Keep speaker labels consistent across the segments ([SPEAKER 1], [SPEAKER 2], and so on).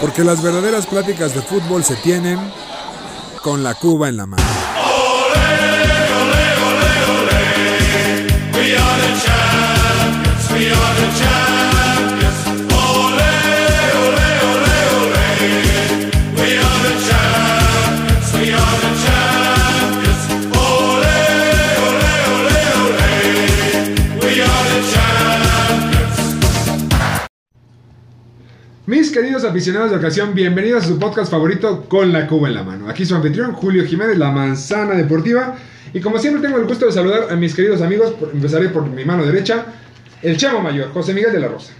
[SPEAKER 1] Porque las verdaderas pláticas de fútbol se tienen con la Cuba en la mano.
[SPEAKER 2] Mis queridos aficionados de ocasión, bienvenidos a su podcast favorito con la Cuba en la mano. Aquí su anfitrión Julio Jiménez, la manzana deportiva. Y como siempre tengo el gusto de saludar a mis queridos amigos, por- empezaré por mi mano derecha, el chavo mayor, José Miguel de la Rosa.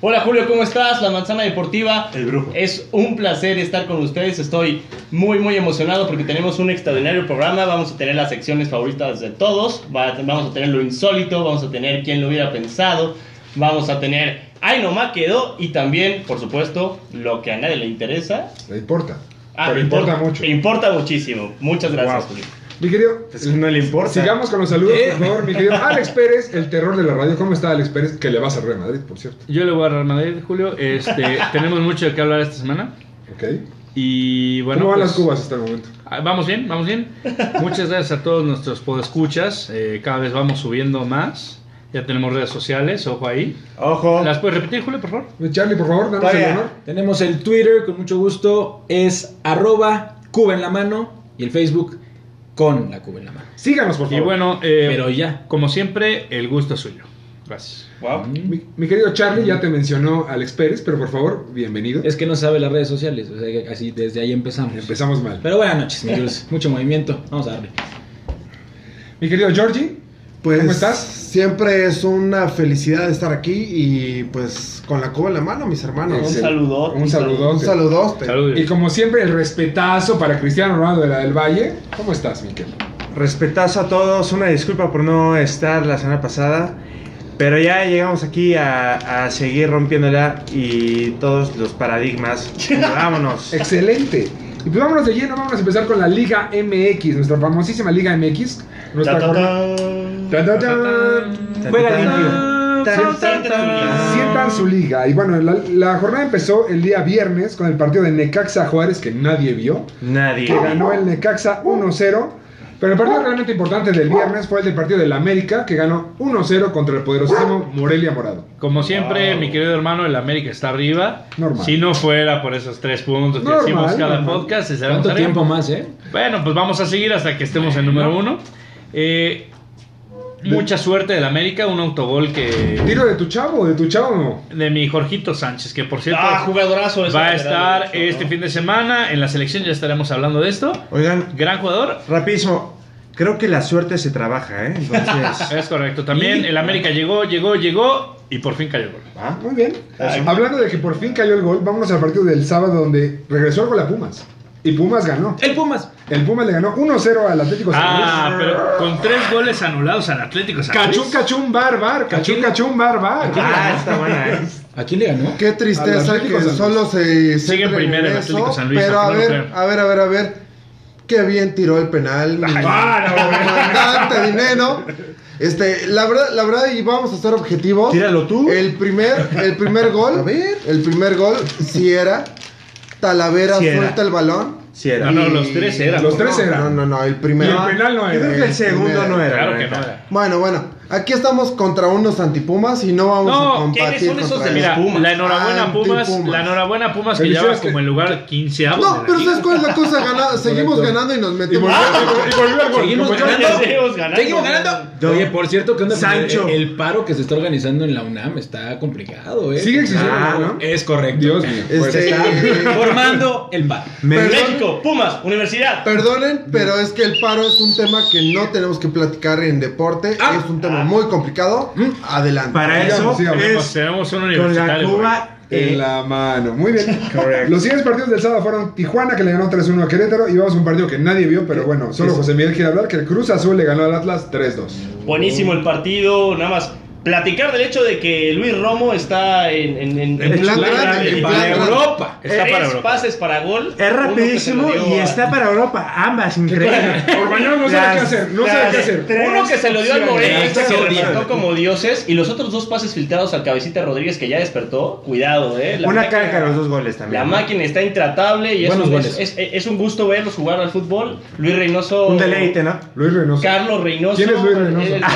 [SPEAKER 3] Hola Julio, ¿cómo estás? La Manzana Deportiva.
[SPEAKER 4] El brujo.
[SPEAKER 3] Es un placer estar con ustedes. Estoy muy, muy emocionado porque tenemos un extraordinario programa. Vamos a tener las secciones favoritas de todos. Va- Vamos a tener lo insólito. Vamos a tener quién lo hubiera pensado. Vamos a tener. Ay, nomás quedó. Y también, por supuesto, lo que a nadie le interesa.
[SPEAKER 2] No importa,
[SPEAKER 3] Ah,
[SPEAKER 2] pero importa, mucho.
[SPEAKER 3] Importa muchísimo. Muchas gracias,
[SPEAKER 4] Wow.
[SPEAKER 3] Julio.
[SPEAKER 2] Mi querido,
[SPEAKER 4] no le importa.
[SPEAKER 2] sigamos con los saludos,
[SPEAKER 5] Eh.
[SPEAKER 2] por favor. Mi querido Alex Pérez, el terror de la radio. ¿Cómo está Alex Pérez? Que le vas a Real Madrid, por cierto.
[SPEAKER 5] Yo le voy a Real Madrid, Julio. Este, tenemos mucho de qué hablar esta semana.
[SPEAKER 2] Ok.
[SPEAKER 5] Y bueno,
[SPEAKER 2] ¿Cómo van
[SPEAKER 5] pues,
[SPEAKER 2] las cubas hasta el momento?
[SPEAKER 5] ah, Vamos bien, vamos bien. Muchas gracias a todos nuestros podescuchas. Eh, cada vez vamos subiendo más. Ya tenemos redes sociales, ojo ahí.
[SPEAKER 4] Ojo.
[SPEAKER 5] ¿Las puedes repetir, Julio, por favor?
[SPEAKER 2] Charlie, por favor, danos
[SPEAKER 4] Vaya.
[SPEAKER 2] el honor.
[SPEAKER 6] Tenemos el Twitter, con mucho gusto, es arroba cuba en la mano y el Facebook con la cuba en la mano.
[SPEAKER 2] Síganos, por
[SPEAKER 5] Y
[SPEAKER 2] favor.
[SPEAKER 5] bueno, eh,
[SPEAKER 6] Pero ya.
[SPEAKER 5] como siempre, el gusto es suyo. Gracias.
[SPEAKER 3] Wow.
[SPEAKER 2] Mi, mi querido Charlie ya te mencionó Alex Pérez, pero por favor, bienvenido.
[SPEAKER 6] Es que no sabe las redes sociales, o sea, que así desde ahí empezamos.
[SPEAKER 2] Empezamos mal.
[SPEAKER 6] Pero buenas noches, mi Jules. Mucho movimiento, vamos a darle.
[SPEAKER 2] Mi querido Georgie,
[SPEAKER 7] Pues,
[SPEAKER 2] ¿Cómo estás?
[SPEAKER 7] Siempre es una felicidad estar aquí y pues con la coba en la mano, mis hermanos.
[SPEAKER 3] Un
[SPEAKER 2] Excelente.
[SPEAKER 3] saludo.
[SPEAKER 2] Este, un
[SPEAKER 7] Un
[SPEAKER 2] saludote.
[SPEAKER 7] saludote.
[SPEAKER 5] Saludos.
[SPEAKER 2] Y como siempre, el respetazo para Cristiano Ronaldo de la del Valle. ¿Cómo estás, Miquel?
[SPEAKER 4] Respetazo a todos, una disculpa por no estar la semana pasada, pero ya llegamos aquí a, a seguir rompiéndola y todos los paradigmas. Vámonos.
[SPEAKER 2] Excelente. Y pues vámonos de lleno, vamos a empezar con la Liga MX, nuestra famosísima Liga MX. Nuestra jornada- Tan, tan, tan.
[SPEAKER 6] Juega
[SPEAKER 2] Sientan su liga. Y bueno, la, la jornada empezó el día viernes con el partido de Necaxa Juárez que nadie vio.
[SPEAKER 4] Nadie.
[SPEAKER 2] que ganó el Necaxa 1-0. Pero el partido realmente importante del viernes fue el del partido del América, que ganó 1-0 contra el poderosísimo Morelia Morado.
[SPEAKER 5] Como siempre, mi querido hermano, el América está arriba.
[SPEAKER 2] Normal.
[SPEAKER 5] Si no fuera por esos tres puntos que
[SPEAKER 2] Normal,
[SPEAKER 5] hicimos cada
[SPEAKER 2] normal.
[SPEAKER 5] podcast, estaremos
[SPEAKER 6] ¿Cuánto
[SPEAKER 5] arriba.
[SPEAKER 6] tiempo más, eh?
[SPEAKER 5] Bueno, pues vamos a seguir hasta que estemos en número uno. Eh, mucha suerte del América, un autogol que
[SPEAKER 2] Tiro de tu chavo, de tu chavo.
[SPEAKER 5] de mi Jorgito Sánchez, que por cierto
[SPEAKER 3] Ah, jugadorazo. ese
[SPEAKER 5] va a
[SPEAKER 3] lateral
[SPEAKER 5] estar
[SPEAKER 3] derecho,
[SPEAKER 5] este
[SPEAKER 3] ¿no?
[SPEAKER 5] fin de semana en la selección, ya estaremos hablando de esto.
[SPEAKER 4] Oigan,
[SPEAKER 5] Gran jugador,
[SPEAKER 4] rapidísimo, creo que la suerte se trabaja, ¿eh? Entonces,
[SPEAKER 5] es correcto. También el América llegó, llegó, llegó y por fin cayó el gol.
[SPEAKER 4] ¿va?
[SPEAKER 2] Muy bien. Hablando de que por fin cayó el gol, vámonos al partido del sábado donde regresó el gol a Pumas. Y Pumas ganó.
[SPEAKER 6] El Pumas.
[SPEAKER 2] El Pumas le ganó 1-0 al Atlético
[SPEAKER 3] Pues
[SPEAKER 2] San Luis.
[SPEAKER 5] Ah, pero con tres goles anulados al Atlético San Luis.
[SPEAKER 2] Cachún, cachún, bar, bar. Cachún, cachún, bar, bar.
[SPEAKER 4] Ah, está buena, ¿eh?
[SPEAKER 6] ¿A quién le ganó?
[SPEAKER 7] Qué
[SPEAKER 2] Al
[SPEAKER 7] tristeza
[SPEAKER 2] Atlético
[SPEAKER 7] que
[SPEAKER 2] San Luis.
[SPEAKER 7] solo se...
[SPEAKER 5] Sigue
[SPEAKER 7] centra
[SPEAKER 5] primero el
[SPEAKER 7] eso,
[SPEAKER 5] Atlético San Luis,
[SPEAKER 7] Pero a
[SPEAKER 5] aunque no lo
[SPEAKER 7] ver,
[SPEAKER 5] crean.
[SPEAKER 7] a ver, a ver, a ver. Qué bien tiró el penal. mi comandante dinero. Este, la verdad, la verdad, y vamos a ser objetivos.
[SPEAKER 4] Tíralo tú.
[SPEAKER 7] El primer, el primer gol. El primer gol, si era. Talavera
[SPEAKER 4] Sí era.
[SPEAKER 7] suelta el balón.
[SPEAKER 4] Sí era.
[SPEAKER 5] No, Ah, no, los tres eran.
[SPEAKER 2] Los tres
[SPEAKER 7] No,
[SPEAKER 2] eran.
[SPEAKER 7] No, no, no, el primero.
[SPEAKER 2] Y el penal no
[SPEAKER 4] Yo
[SPEAKER 2] era.
[SPEAKER 4] creo que el segundo no era.
[SPEAKER 5] Claro
[SPEAKER 4] la
[SPEAKER 5] que no
[SPEAKER 4] neta.
[SPEAKER 5] era.
[SPEAKER 7] Bueno, bueno, aquí estamos contra unos antipumas y no vamos a
[SPEAKER 5] No,
[SPEAKER 7] combatir
[SPEAKER 3] ¿quiénes son esos
[SPEAKER 7] contra
[SPEAKER 3] de
[SPEAKER 7] ellos. Ah,
[SPEAKER 5] Mira,
[SPEAKER 3] Pumas.
[SPEAKER 5] la enhorabuena a Pumas,
[SPEAKER 7] Anti-Pumas.
[SPEAKER 5] la enhorabuena a Pumas que ya
[SPEAKER 2] Felicidades
[SPEAKER 5] va como
[SPEAKER 2] que-
[SPEAKER 5] en lugar 15
[SPEAKER 7] No, pero ¿sabes cuál es la cosa? Gana- seguimos
[SPEAKER 2] Correcto.
[SPEAKER 7] ganando y nos
[SPEAKER 2] Y
[SPEAKER 7] metemos.
[SPEAKER 2] volvió, y volvió al gol.
[SPEAKER 6] Seguimos
[SPEAKER 2] Como-
[SPEAKER 6] ganando.
[SPEAKER 3] Ya seguimos ganando.
[SPEAKER 6] Seguimos ganando. Oye, por cierto, ¿qué onda? con
[SPEAKER 4] Sancho.
[SPEAKER 6] El, el paro que se está organizando en la UNAM está complicado, eh.
[SPEAKER 2] Sigue existiendo,
[SPEAKER 4] Ah,
[SPEAKER 2] ¿no?
[SPEAKER 6] Es correcto.
[SPEAKER 2] Dios mío. Pues,
[SPEAKER 7] Este,
[SPEAKER 6] Formando el paro.
[SPEAKER 4] Me-
[SPEAKER 7] Perdón.
[SPEAKER 3] México, Pumas, Universidad.
[SPEAKER 7] Perdonen, pero es que el paro es un tema que no tenemos que platicar en deporte.
[SPEAKER 6] Ah.
[SPEAKER 7] es un tema muy complicado.
[SPEAKER 5] Mm.
[SPEAKER 7] Adelante.
[SPEAKER 4] Para eso
[SPEAKER 2] Sigamos, sigamos.
[SPEAKER 4] es
[SPEAKER 5] Tenemos un
[SPEAKER 4] con la
[SPEAKER 5] universitario. güey.
[SPEAKER 4] Cuba
[SPEAKER 2] En
[SPEAKER 4] en
[SPEAKER 2] la mano. Muy bien.
[SPEAKER 4] Correcto.
[SPEAKER 2] Los siguientes partidos del sábado fueron Tijuana, que le ganó 3-1 a Querétaro. Y vamos a un partido que nadie vio, pero bueno, solo José Miguel quiere hablar, que el Cruz Azul le ganó al Atlas 3-2.
[SPEAKER 3] Buenísimo el partido, nada más. platicar del hecho de que Luis Romo está en, en, en-
[SPEAKER 7] En plan
[SPEAKER 3] en-
[SPEAKER 7] grande,
[SPEAKER 3] en-
[SPEAKER 7] en
[SPEAKER 3] para
[SPEAKER 7] plan grande.
[SPEAKER 3] Europa.
[SPEAKER 5] Está
[SPEAKER 3] Tres
[SPEAKER 5] para Europa.
[SPEAKER 3] pases para gol. uno
[SPEAKER 4] Es
[SPEAKER 3] que se lo
[SPEAKER 4] rapidísimo
[SPEAKER 3] dio
[SPEAKER 4] y
[SPEAKER 3] a-
[SPEAKER 4] está para Europa. Ambas, increíble.
[SPEAKER 2] Orbañón no sabe
[SPEAKER 4] Las-
[SPEAKER 2] qué hacer, no sabe qué
[SPEAKER 4] las
[SPEAKER 2] hacer.
[SPEAKER 4] tres
[SPEAKER 3] Uno que se lo dio al
[SPEAKER 4] opciones.
[SPEAKER 3] Morelia,
[SPEAKER 7] Está
[SPEAKER 3] que se
[SPEAKER 7] bien.
[SPEAKER 3] levantó como dioses, y los otros dos pases filtrados al Cabecita Rodríguez que ya despertó. Cuidado, eh. La
[SPEAKER 4] Una
[SPEAKER 3] máquina-
[SPEAKER 4] calca los dos goles también.
[SPEAKER 3] La
[SPEAKER 4] ¿no?
[SPEAKER 3] máquina está intratable y es
[SPEAKER 6] Buenos
[SPEAKER 3] un,
[SPEAKER 6] goles.
[SPEAKER 3] es, es- es un gusto verlos jugar al fútbol. Luis Reynoso.
[SPEAKER 4] Un deleite, ¿no?
[SPEAKER 2] Luis Reynoso.
[SPEAKER 3] Carlos Reynoso.
[SPEAKER 2] ¿Quién es Luis Reynoso?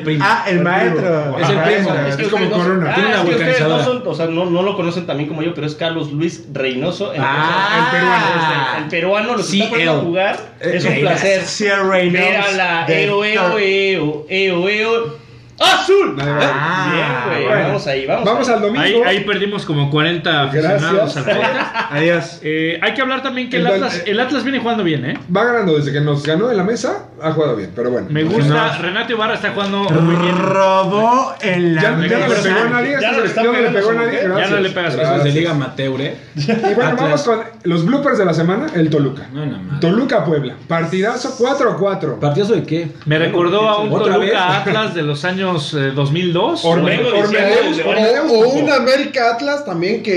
[SPEAKER 2] ¡Ah, caray!
[SPEAKER 3] el-
[SPEAKER 5] el primo.
[SPEAKER 4] Ah, el maestro.
[SPEAKER 6] Es el
[SPEAKER 4] Ajá,
[SPEAKER 6] primo.
[SPEAKER 4] maestro.
[SPEAKER 2] Es como
[SPEAKER 3] ustedes no-
[SPEAKER 2] Corona.
[SPEAKER 3] Ah,
[SPEAKER 6] Tiene una
[SPEAKER 3] es que ustedes
[SPEAKER 6] vulcanizadora.
[SPEAKER 3] no son- o sea, no, no lo conocen también como yo, pero es Carlos Luis Reynoso. entonces,
[SPEAKER 4] Ah,
[SPEAKER 3] el peruano. El peruano los está
[SPEAKER 6] CL.
[SPEAKER 3] poniendo a jugar. Es un
[SPEAKER 4] Eh,
[SPEAKER 3] placer.
[SPEAKER 4] Sierra Reynolds.
[SPEAKER 3] Era la E
[SPEAKER 4] de
[SPEAKER 3] EO, EO,
[SPEAKER 4] Thor.
[SPEAKER 3] EO, EO, EO. E ¡Azul!
[SPEAKER 2] Ahí va.
[SPEAKER 4] Ah,
[SPEAKER 3] Bien, güey.
[SPEAKER 2] bueno.
[SPEAKER 3] Vamos ahí, vamos.
[SPEAKER 2] Vamos
[SPEAKER 3] ahí.
[SPEAKER 2] al domingo.
[SPEAKER 5] Ahí, ahí perdimos como 40 aficionados
[SPEAKER 2] Gracias.
[SPEAKER 5] al podcast.
[SPEAKER 4] Adiós.
[SPEAKER 5] Eh, hay que hablar también que el
[SPEAKER 2] El Dol-
[SPEAKER 5] Atlas, el Atlas viene jugando bien, ¿eh?
[SPEAKER 2] Va ganando desde que nos ganó en la mesa, ha jugado bien, pero bueno.
[SPEAKER 5] Me gusta. Renato Ibarra está jugando muy bien.
[SPEAKER 4] Robó en la
[SPEAKER 2] Ya, ya no le
[SPEAKER 4] mesa.
[SPEAKER 2] pegó a nadie.
[SPEAKER 3] Ya
[SPEAKER 2] este
[SPEAKER 3] no le
[SPEAKER 2] se-
[SPEAKER 3] está
[SPEAKER 2] ya no le
[SPEAKER 3] pegando
[SPEAKER 2] pegó a
[SPEAKER 3] su
[SPEAKER 2] nadie.
[SPEAKER 3] mujer.
[SPEAKER 5] Ya
[SPEAKER 2] Gracias.
[SPEAKER 5] no le pegas.
[SPEAKER 6] Eso es de
[SPEAKER 2] Gracias.
[SPEAKER 6] Liga Amateur, ¿eh?
[SPEAKER 2] Y bueno,
[SPEAKER 6] Atlas.
[SPEAKER 2] vamos con los bloopers de la semana, el Toluca.
[SPEAKER 6] No, no, no.
[SPEAKER 2] Toluca-Puebla, partidazo 4-4.
[SPEAKER 6] ¿Partidazo de qué?
[SPEAKER 5] Me recordó a un
[SPEAKER 6] ¿Otra
[SPEAKER 5] Toluca
[SPEAKER 6] vez?
[SPEAKER 5] Atlas de los años eh, 2002.
[SPEAKER 3] Ormeño
[SPEAKER 5] Bueno,
[SPEAKER 3] diciendo
[SPEAKER 2] Ormedeus,
[SPEAKER 3] desde
[SPEAKER 7] O,
[SPEAKER 3] varios-
[SPEAKER 2] Ormedeus,
[SPEAKER 7] o un América Atlas también que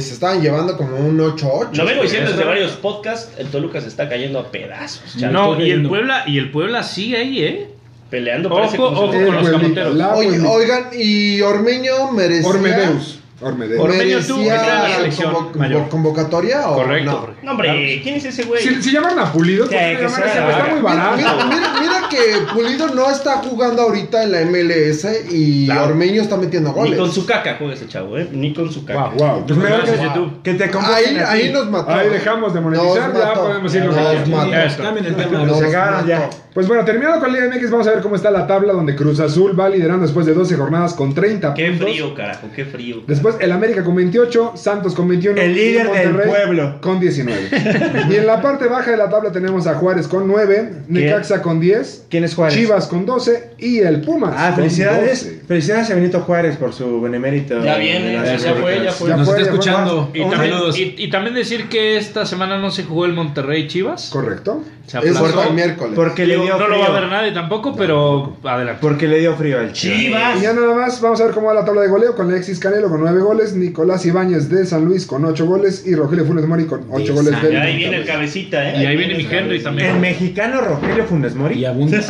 [SPEAKER 7] se estaban llevando como un 8-8.
[SPEAKER 3] Lo vengo diciendo desde varios podcasts, el Toluca se está cayendo a pedazos, chaval.
[SPEAKER 5] No, y el
[SPEAKER 6] Yendo.
[SPEAKER 5] Puebla, y el Puebla sigue ahí, ¿eh?
[SPEAKER 3] Peleando parece
[SPEAKER 5] Ojo,
[SPEAKER 3] como si-
[SPEAKER 5] ojo.
[SPEAKER 2] El
[SPEAKER 5] con los
[SPEAKER 2] Pueblita,
[SPEAKER 5] camoteros.
[SPEAKER 2] la
[SPEAKER 7] Oye,
[SPEAKER 2] Pueblita.
[SPEAKER 7] oigan, y Ormeño merecía.
[SPEAKER 2] Ormedeus. Ormedeus.
[SPEAKER 5] Ormeño tuvo que entrar a la
[SPEAKER 7] merecía
[SPEAKER 5] selección
[SPEAKER 7] convo-
[SPEAKER 5] mayor.
[SPEAKER 7] convocatoria o
[SPEAKER 5] Correcto.
[SPEAKER 7] Oh, no?
[SPEAKER 5] Jorge.
[SPEAKER 3] No, hombre, ¿quién es ese güey?
[SPEAKER 2] Si, si llaman a Pulido, ¿por qué
[SPEAKER 4] Sí, que
[SPEAKER 2] llaman a ese
[SPEAKER 4] sea,
[SPEAKER 2] güey? está
[SPEAKER 4] la
[SPEAKER 2] muy
[SPEAKER 7] Mira,
[SPEAKER 2] barato.
[SPEAKER 7] mira, mira- mira que Pulido no está jugando ahorita en la MLS y
[SPEAKER 3] Claro.
[SPEAKER 7] Ormeño está metiendo
[SPEAKER 3] Ni
[SPEAKER 7] goles.
[SPEAKER 3] con su caca juega ese chavo, ¿eh? Ni con su caca.
[SPEAKER 2] Wow.
[SPEAKER 4] Pues mejor
[SPEAKER 5] Gracias,
[SPEAKER 4] que,
[SPEAKER 5] YouTube.
[SPEAKER 4] que te
[SPEAKER 7] Ahí,
[SPEAKER 4] convoquen a ti.
[SPEAKER 7] ahí nos mató.
[SPEAKER 2] Ahí dejamos de monetizar,
[SPEAKER 7] Nos
[SPEAKER 2] ya
[SPEAKER 7] mató.
[SPEAKER 2] podemos irnos
[SPEAKER 7] Nos
[SPEAKER 2] a la
[SPEAKER 7] mató.
[SPEAKER 5] Ya está.
[SPEAKER 6] Cambien el tema.
[SPEAKER 7] Nos
[SPEAKER 4] Se acabaron ya.
[SPEAKER 7] mató.
[SPEAKER 2] Pues bueno, terminado con la Liga MX, vamos a ver cómo está la tabla donde Cruz Azul va liderando después de 12 jornadas con 30
[SPEAKER 3] Qué
[SPEAKER 2] puntos.
[SPEAKER 3] frío, carajo, qué frío.
[SPEAKER 2] Después el América con 28, Santos con 21.
[SPEAKER 4] El
[SPEAKER 2] y
[SPEAKER 4] líder del
[SPEAKER 2] Monterrey
[SPEAKER 4] pueblo.
[SPEAKER 2] Con 19. y en la parte baja de la tabla tenemos a Juárez con 9, Necaxa con 10,
[SPEAKER 4] ¿Quién es Juárez?
[SPEAKER 2] Chivas con 12 y el Pumas.
[SPEAKER 4] Ah,
[SPEAKER 2] con
[SPEAKER 4] felicidades.
[SPEAKER 2] 12.
[SPEAKER 4] Felicidades a Benito Juárez por su benemérito.
[SPEAKER 3] Ya viene,
[SPEAKER 4] Gracias,
[SPEAKER 3] ya fue, ya
[SPEAKER 4] Lucas.
[SPEAKER 3] fue.
[SPEAKER 2] Ya
[SPEAKER 6] Nos
[SPEAKER 2] fue,
[SPEAKER 6] está
[SPEAKER 2] ya fue.
[SPEAKER 6] escuchando.
[SPEAKER 5] Y también,
[SPEAKER 6] Saludos.
[SPEAKER 5] y- y también decir que esta semana no se jugó el Monterrey Chivas.
[SPEAKER 2] Correcto.
[SPEAKER 5] Se
[SPEAKER 7] Es
[SPEAKER 5] aplazó.
[SPEAKER 7] hasta el miércoles.
[SPEAKER 4] Porque le
[SPEAKER 5] Digo,
[SPEAKER 4] dio
[SPEAKER 5] no lo
[SPEAKER 4] frío.
[SPEAKER 5] va a ver nadie tampoco, pero adelante.
[SPEAKER 4] Porque le dio frío al Chivas.
[SPEAKER 2] Y
[SPEAKER 3] Chivas.
[SPEAKER 2] ya nada más, vamos a ver cómo va la tabla de goleo con Alexis Canelo con 9 goles, Nicolás Ibáñez de San Luis con 8 goles y Rogelio Funes Mori con 8 goles.
[SPEAKER 6] San-
[SPEAKER 2] del
[SPEAKER 3] Y ahí viene el
[SPEAKER 2] Monterrey.
[SPEAKER 3] cabecita, ¿eh?
[SPEAKER 5] Y ahí viene mi
[SPEAKER 3] el
[SPEAKER 5] Henry
[SPEAKER 3] cabecita.
[SPEAKER 4] El
[SPEAKER 5] también.
[SPEAKER 4] mexicano Rogelio Funes
[SPEAKER 6] Y
[SPEAKER 4] Mori.
[SPEAKER 6] abundas.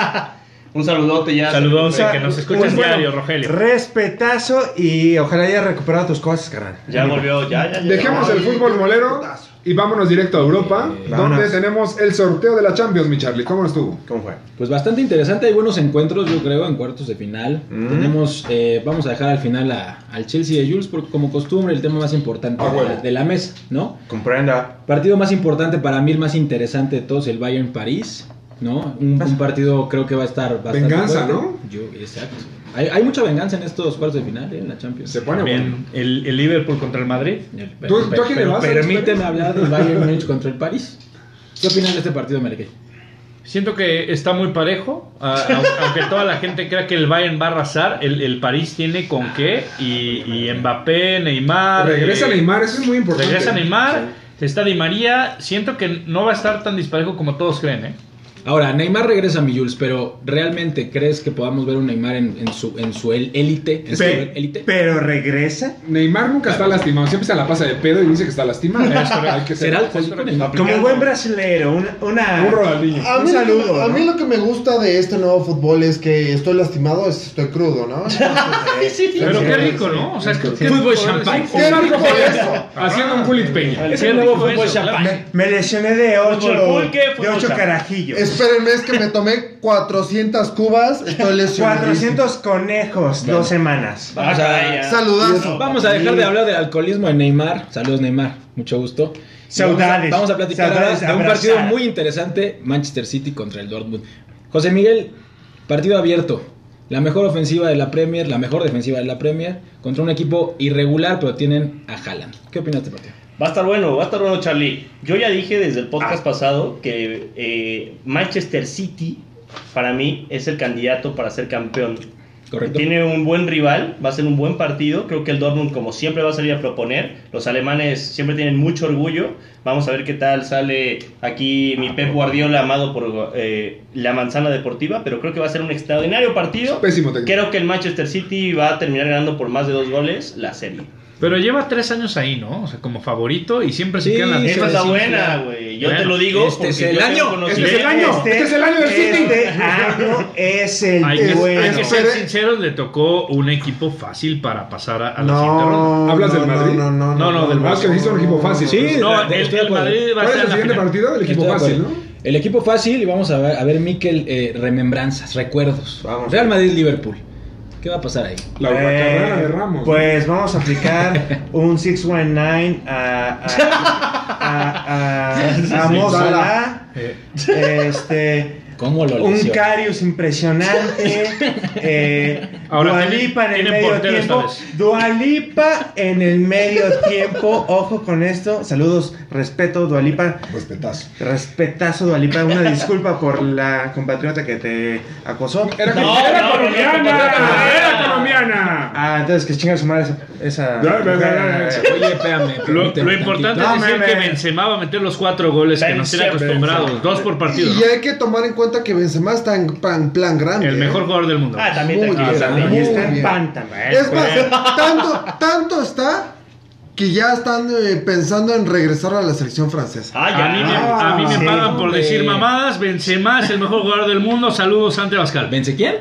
[SPEAKER 3] Un saludote ya.
[SPEAKER 5] Saludos,
[SPEAKER 4] sea,
[SPEAKER 5] que nos
[SPEAKER 4] un
[SPEAKER 5] escuchas
[SPEAKER 4] buen-
[SPEAKER 5] diario, Rogelio.
[SPEAKER 4] Respetazo y ojalá hayas recuperado tus cosas, carnal.
[SPEAKER 3] Ya volvió, ya, ya. ya.
[SPEAKER 2] Dejemos el fútbol molero y vámonos directo a Europa, donde
[SPEAKER 4] vámonos.
[SPEAKER 2] tenemos el sorteo de la Champions, mi Charlie. ¿Cómo estuvo?
[SPEAKER 4] ¿Cómo fue?
[SPEAKER 6] Pues bastante interesante, hay buenos encuentros, yo creo, en cuartos de final.
[SPEAKER 4] Mm.
[SPEAKER 6] Tenemos, eh, vamos a dejar al final a- al Chelsea de Jules, porque como costumbre, el tema más importante
[SPEAKER 2] Ah,
[SPEAKER 6] de,
[SPEAKER 2] bueno.
[SPEAKER 6] la, de la mesa, ¿no?
[SPEAKER 4] Comprenda.
[SPEAKER 6] Partido más importante para mí, el más interesante de todos, el Bayern París, ¿no? Un, un partido creo que va a estar bastante.
[SPEAKER 2] Venganza,
[SPEAKER 6] fuerte.
[SPEAKER 2] ¿no?
[SPEAKER 6] Yo, exacto. Hay, hay mucha venganza en estos cuartos de final, ¿eh? en la Champions.
[SPEAKER 2] Se pone bueno.
[SPEAKER 5] También el, el Liverpool contra el Madrid.
[SPEAKER 6] El-
[SPEAKER 2] ¿Tú- tú a quién le vas?
[SPEAKER 6] permíteme hablar del Bayern Múnich contra el París. ¿Qué opinas de este partido, Merkel?
[SPEAKER 5] Siento que está muy parejo, a- a- aunque toda la gente crea que el Bayern va a arrasar, el, el París tiene con qué y, y Mbappé, Neymar.
[SPEAKER 2] Regresa
[SPEAKER 5] eh,
[SPEAKER 2] Neymar, eso es muy importante.
[SPEAKER 5] Regresa Neymar, está Di María. Siento que no va a estar tan disparejo como todos creen, ¿eh?
[SPEAKER 6] Ahora, Neymar regresa a mi Jules, pero ¿realmente crees que podamos ver un Neymar en, en su en su el- élite? En su
[SPEAKER 4] Pe-
[SPEAKER 6] élite?
[SPEAKER 4] pero regresa.
[SPEAKER 2] Neymar nunca está lastimado, siempre se la pasa de pedo y dice que está lastimado. Hay que ser-
[SPEAKER 6] ¿Será el juego con Neymar?
[SPEAKER 4] Como buen brasilero, una, una-
[SPEAKER 2] Un Ronaldinho.
[SPEAKER 7] A
[SPEAKER 4] Un
[SPEAKER 7] mí, lo que-
[SPEAKER 4] saludo,
[SPEAKER 7] a
[SPEAKER 4] ¿no?
[SPEAKER 7] mí lo que me gusta de este nuevo fútbol es que estoy lastimado, es- estoy crudo, ¿no?
[SPEAKER 5] Pero qué rico, ¿no? O sea, es que- qué
[SPEAKER 6] Fútbol
[SPEAKER 5] rico
[SPEAKER 6] champán.
[SPEAKER 2] Un Marco
[SPEAKER 7] rico
[SPEAKER 2] Fabián
[SPEAKER 7] eso.
[SPEAKER 2] Haciendo un Gullit Peña.
[SPEAKER 5] Es el nuevo fútbol
[SPEAKER 4] me,
[SPEAKER 5] champán.
[SPEAKER 4] me lesioné de ocho,
[SPEAKER 3] Fútbol pulque,
[SPEAKER 4] de
[SPEAKER 3] fútbol
[SPEAKER 4] ocho
[SPEAKER 3] champán.
[SPEAKER 4] carajillos.
[SPEAKER 7] Espérenme, es que me tomé 400 cubas, estoy lesionado.
[SPEAKER 4] 400 conejos, dos semanas.
[SPEAKER 3] Ah,
[SPEAKER 6] Vamos a-
[SPEAKER 3] caray, ya.
[SPEAKER 7] Saludazo.
[SPEAKER 6] Vamos a dejar de hablar del alcoholismo de Neymar. Saludos, Neymar. Mucho gusto.
[SPEAKER 4] Saudades.
[SPEAKER 6] Vamos a platicar ahora
[SPEAKER 4] Saudades
[SPEAKER 6] de un
[SPEAKER 4] abrazar.
[SPEAKER 6] partido muy interesante, Manchester City contra el Dortmund. José Miguel, partido abierto. La mejor ofensiva de la Premier, la mejor defensiva de la Premier, contra un equipo irregular, pero tienen a Haaland. ¿Qué opinas de este partido?
[SPEAKER 3] Va a estar bueno, va a estar bueno, Charlie. Yo ya dije desde el podcast pasado que eh, Manchester City, para mí, es el candidato para ser campeón
[SPEAKER 6] Correcto.
[SPEAKER 3] Tiene un buen rival, va a ser un buen partido. Creo que el Dortmund, como siempre, va a salir a proponer. Los alemanes siempre tienen mucho orgullo. Vamos a ver qué tal sale aquí mi Pep Guardiola, amado por eh, la manzana deportiva. Pero creo que va a ser un extraordinario partido.
[SPEAKER 2] Pésimo técnico.
[SPEAKER 3] Creo que el Manchester City va a terminar ganando por más de dos goles la serie.
[SPEAKER 5] Pero lleva tres años ahí, ¿no? O sea, como favorito y siempre se
[SPEAKER 6] Sí,
[SPEAKER 5] quedan las
[SPEAKER 6] sí,
[SPEAKER 3] Esa
[SPEAKER 5] mismas.
[SPEAKER 3] es la
[SPEAKER 6] sí,
[SPEAKER 3] buena,
[SPEAKER 6] claro.
[SPEAKER 3] güey. Yo
[SPEAKER 5] Bueno,
[SPEAKER 3] te lo digo.
[SPEAKER 6] este es
[SPEAKER 3] porque
[SPEAKER 6] el
[SPEAKER 3] yo
[SPEAKER 6] año,
[SPEAKER 3] tengo
[SPEAKER 2] este es el
[SPEAKER 3] conocimiento.
[SPEAKER 2] año, este es el año del City.
[SPEAKER 4] Este año es el
[SPEAKER 5] Hay que, hay
[SPEAKER 4] bueno.
[SPEAKER 5] que ser
[SPEAKER 7] Espere.
[SPEAKER 5] sinceros, le tocó un equipo fácil para pasar a, a la siguiente ronda.
[SPEAKER 4] Ah, No,
[SPEAKER 2] ¿Hablas
[SPEAKER 4] no,
[SPEAKER 2] del
[SPEAKER 4] no,
[SPEAKER 2] Madrid?
[SPEAKER 4] No, no,
[SPEAKER 5] No, no, del
[SPEAKER 2] Más que hizo un equipo fácil.
[SPEAKER 6] Sí,
[SPEAKER 5] No,
[SPEAKER 6] de-
[SPEAKER 5] el,
[SPEAKER 6] estoy
[SPEAKER 5] el
[SPEAKER 6] de acuerdo.
[SPEAKER 5] Madrid va a
[SPEAKER 2] ¿Cuál es
[SPEAKER 5] ser
[SPEAKER 2] el
[SPEAKER 5] la
[SPEAKER 2] siguiente
[SPEAKER 5] final.
[SPEAKER 2] partido? El equipo
[SPEAKER 6] Estoy de
[SPEAKER 2] fácil, ¿no?
[SPEAKER 6] acuerdo. El equipo fácil y vamos a ver, a ver Mikel, eh, remembranzas, recuerdos.
[SPEAKER 4] Vamos.
[SPEAKER 6] Real Madrid-Liverpool. ¿Qué va a pasar ahí?
[SPEAKER 2] La
[SPEAKER 4] Eh,
[SPEAKER 2] carrera de Ramos. ¿no?
[SPEAKER 4] Pues vamos a aplicar un 619 a, a, a, a, a Mo Salah. Este.
[SPEAKER 6] ¿Cómo lo
[SPEAKER 4] Un
[SPEAKER 6] lesiona?
[SPEAKER 4] Carius impresionante. eh,
[SPEAKER 5] Ahora,
[SPEAKER 4] Dualipa en el
[SPEAKER 5] tienen- tienen
[SPEAKER 4] medio
[SPEAKER 5] porteros,
[SPEAKER 4] tiempo.
[SPEAKER 5] tal
[SPEAKER 4] Dualipa en el medio tiempo. Ojo con esto. Saludos, respeto, Dualipa.
[SPEAKER 7] Respetazo.
[SPEAKER 4] Respetazo, Dualipa. Una disculpa por la compatriota que te acosó.
[SPEAKER 2] Era,
[SPEAKER 3] No,
[SPEAKER 2] era
[SPEAKER 3] no,
[SPEAKER 2] colombiana.
[SPEAKER 3] no, no, no, no.
[SPEAKER 2] era colombiana.
[SPEAKER 4] Ah, entonces que chinga su madre esa. esa
[SPEAKER 2] Ya, ya, ya, ya.
[SPEAKER 4] mujer.
[SPEAKER 6] Oye, espérame.
[SPEAKER 5] Lo,
[SPEAKER 6] permíteme
[SPEAKER 5] lo importante
[SPEAKER 6] tantito.
[SPEAKER 5] es decir
[SPEAKER 4] No,
[SPEAKER 5] que
[SPEAKER 4] mames.
[SPEAKER 5] Benzema va a meter los cuatro goles que nos tiene
[SPEAKER 3] Benzema,
[SPEAKER 5] acostumbrados. Dos por partido.
[SPEAKER 7] Y
[SPEAKER 5] ¿no?
[SPEAKER 7] hay que tomar en cuenta que Benzema está en plan, plan grande.
[SPEAKER 5] El
[SPEAKER 7] ¿eh?
[SPEAKER 5] mejor jugador del mundo.
[SPEAKER 3] Ah, también
[SPEAKER 7] Muy
[SPEAKER 3] te
[SPEAKER 7] bien,
[SPEAKER 3] ah,
[SPEAKER 4] Y
[SPEAKER 7] muy
[SPEAKER 4] está en
[SPEAKER 7] bien.
[SPEAKER 4] Pantama. eh.
[SPEAKER 7] Es más, tanto, tanto está que ya están eh, pensando en regresar a la selección francesa.
[SPEAKER 3] Ah, ya.
[SPEAKER 5] a mí me,
[SPEAKER 4] Ah,
[SPEAKER 5] a mí me
[SPEAKER 4] sí,
[SPEAKER 5] pagan por
[SPEAKER 6] hombre.
[SPEAKER 5] decir mamadas. Benzema es el mejor jugador del mundo. Saludos, Ante Bascal.
[SPEAKER 6] ¿Vence quién?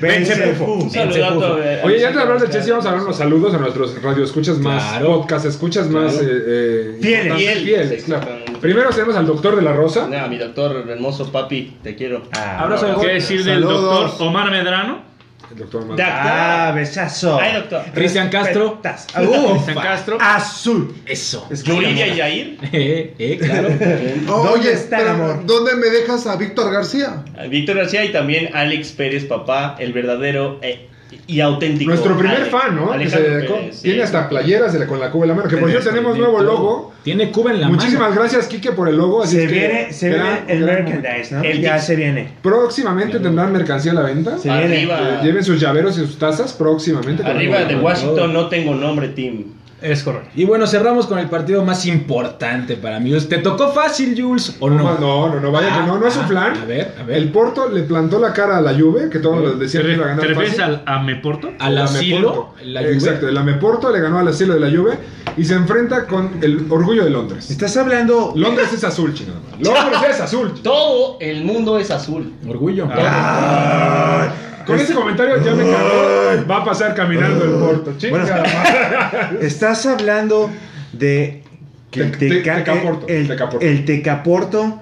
[SPEAKER 4] Vence
[SPEAKER 3] Un saludato, eh,
[SPEAKER 2] Oye, ya antes de
[SPEAKER 3] Alexander
[SPEAKER 2] hablar de
[SPEAKER 3] Pascal.
[SPEAKER 2] Chelsea, vamos a dar unos saludos a nuestros radioescuchas más,
[SPEAKER 6] Claro.
[SPEAKER 2] podcast escuchas más. Eh, eh,
[SPEAKER 4] Fieles.
[SPEAKER 2] importantes,
[SPEAKER 3] Fieles.
[SPEAKER 2] fieles,
[SPEAKER 3] Sí,
[SPEAKER 2] claro.
[SPEAKER 3] exactamente.
[SPEAKER 2] Primero tenemos al doctor de la Rosa.
[SPEAKER 3] Nah, mi doctor, hermoso papi, te quiero.
[SPEAKER 6] Abrazo de
[SPEAKER 5] ¿Qué
[SPEAKER 6] gol.
[SPEAKER 5] decir del
[SPEAKER 7] Saludos.
[SPEAKER 5] doctor Omar Medrano?
[SPEAKER 2] El doctor Manuel.
[SPEAKER 3] Doctor.
[SPEAKER 4] Ah, besazo.
[SPEAKER 3] Ay, doctor.
[SPEAKER 6] Cristian Castro.
[SPEAKER 4] Respetas.
[SPEAKER 5] San Castro.
[SPEAKER 4] Azul.
[SPEAKER 6] Eso.
[SPEAKER 3] Yuridia y Yair.
[SPEAKER 6] Eh, eh, claro.
[SPEAKER 7] Oh,
[SPEAKER 4] ¿Dónde
[SPEAKER 7] oye,
[SPEAKER 4] está el
[SPEAKER 7] pero
[SPEAKER 4] amor?
[SPEAKER 7] ¿dónde me dejas a Víctor García?
[SPEAKER 3] Víctor García y también Alex Pérez, papá, el verdadero eh, y auténtico.
[SPEAKER 2] Nuestro primer
[SPEAKER 3] Ale-
[SPEAKER 2] fan, ¿no? Que
[SPEAKER 3] Alejandro
[SPEAKER 2] se-
[SPEAKER 3] Pérez, sí.
[SPEAKER 2] Tiene hasta playeras de la- con la cuba en la mano. Que por cierto Pues tenemos nuevo logo.
[SPEAKER 6] Tiene Cuba en la
[SPEAKER 2] Muchísimas
[SPEAKER 6] mano.
[SPEAKER 2] gracias, Kike, por el logo. Así
[SPEAKER 4] Se
[SPEAKER 2] es que
[SPEAKER 4] viene, se
[SPEAKER 2] gran-
[SPEAKER 4] viene el
[SPEAKER 2] gran
[SPEAKER 4] merchandise, ¿no?
[SPEAKER 3] El
[SPEAKER 4] ya
[SPEAKER 3] Dix.
[SPEAKER 4] se viene.
[SPEAKER 2] momento. Próximamente tendrán mercancía a la venta.
[SPEAKER 4] Sí.
[SPEAKER 2] Eh,
[SPEAKER 3] Arriba.
[SPEAKER 2] Lleven sus llaveros y sus tazas próximamente. con la
[SPEAKER 3] Arriba
[SPEAKER 2] Cuba en
[SPEAKER 3] de
[SPEAKER 2] la mano.
[SPEAKER 3] Washington, no tengo nombre, team.
[SPEAKER 5] Es correcto.
[SPEAKER 6] Y bueno, cerramos con el partido más importante para mí. ¿Te tocó fácil, Jules, o no?
[SPEAKER 2] No, no, no, no, vaya que no, no es un plan.
[SPEAKER 6] Ah, A ver, a ver. Eh,
[SPEAKER 2] El Porto le plantó la cara a la Juve, que todos les
[SPEAKER 5] ¿Te,
[SPEAKER 2] decían que
[SPEAKER 5] re-
[SPEAKER 2] iba a ganar
[SPEAKER 5] te refieres
[SPEAKER 2] fácil.
[SPEAKER 5] al, a Meporto?
[SPEAKER 6] Al
[SPEAKER 2] El
[SPEAKER 6] asilo.
[SPEAKER 2] Ameporto.
[SPEAKER 6] La Juve.
[SPEAKER 2] Exacto, el Ameporto le ganó al asilo de la Juve y se enfrenta con el orgullo de Londres.
[SPEAKER 4] Estás hablando.
[SPEAKER 2] Londres es azul, chingada. madre. Londres es azul.
[SPEAKER 3] Todo el mundo es azul.
[SPEAKER 6] Orgullo.
[SPEAKER 2] Ah, Con ese comentario ya me cagó. Va a pasar caminando el Porto. Chinga.
[SPEAKER 4] Bueno, Estás hablando de. que el
[SPEAKER 2] Te- te-
[SPEAKER 4] Teca-
[SPEAKER 2] Tecaporto,
[SPEAKER 4] El,
[SPEAKER 2] Tecaporto.
[SPEAKER 4] el Tecaporto,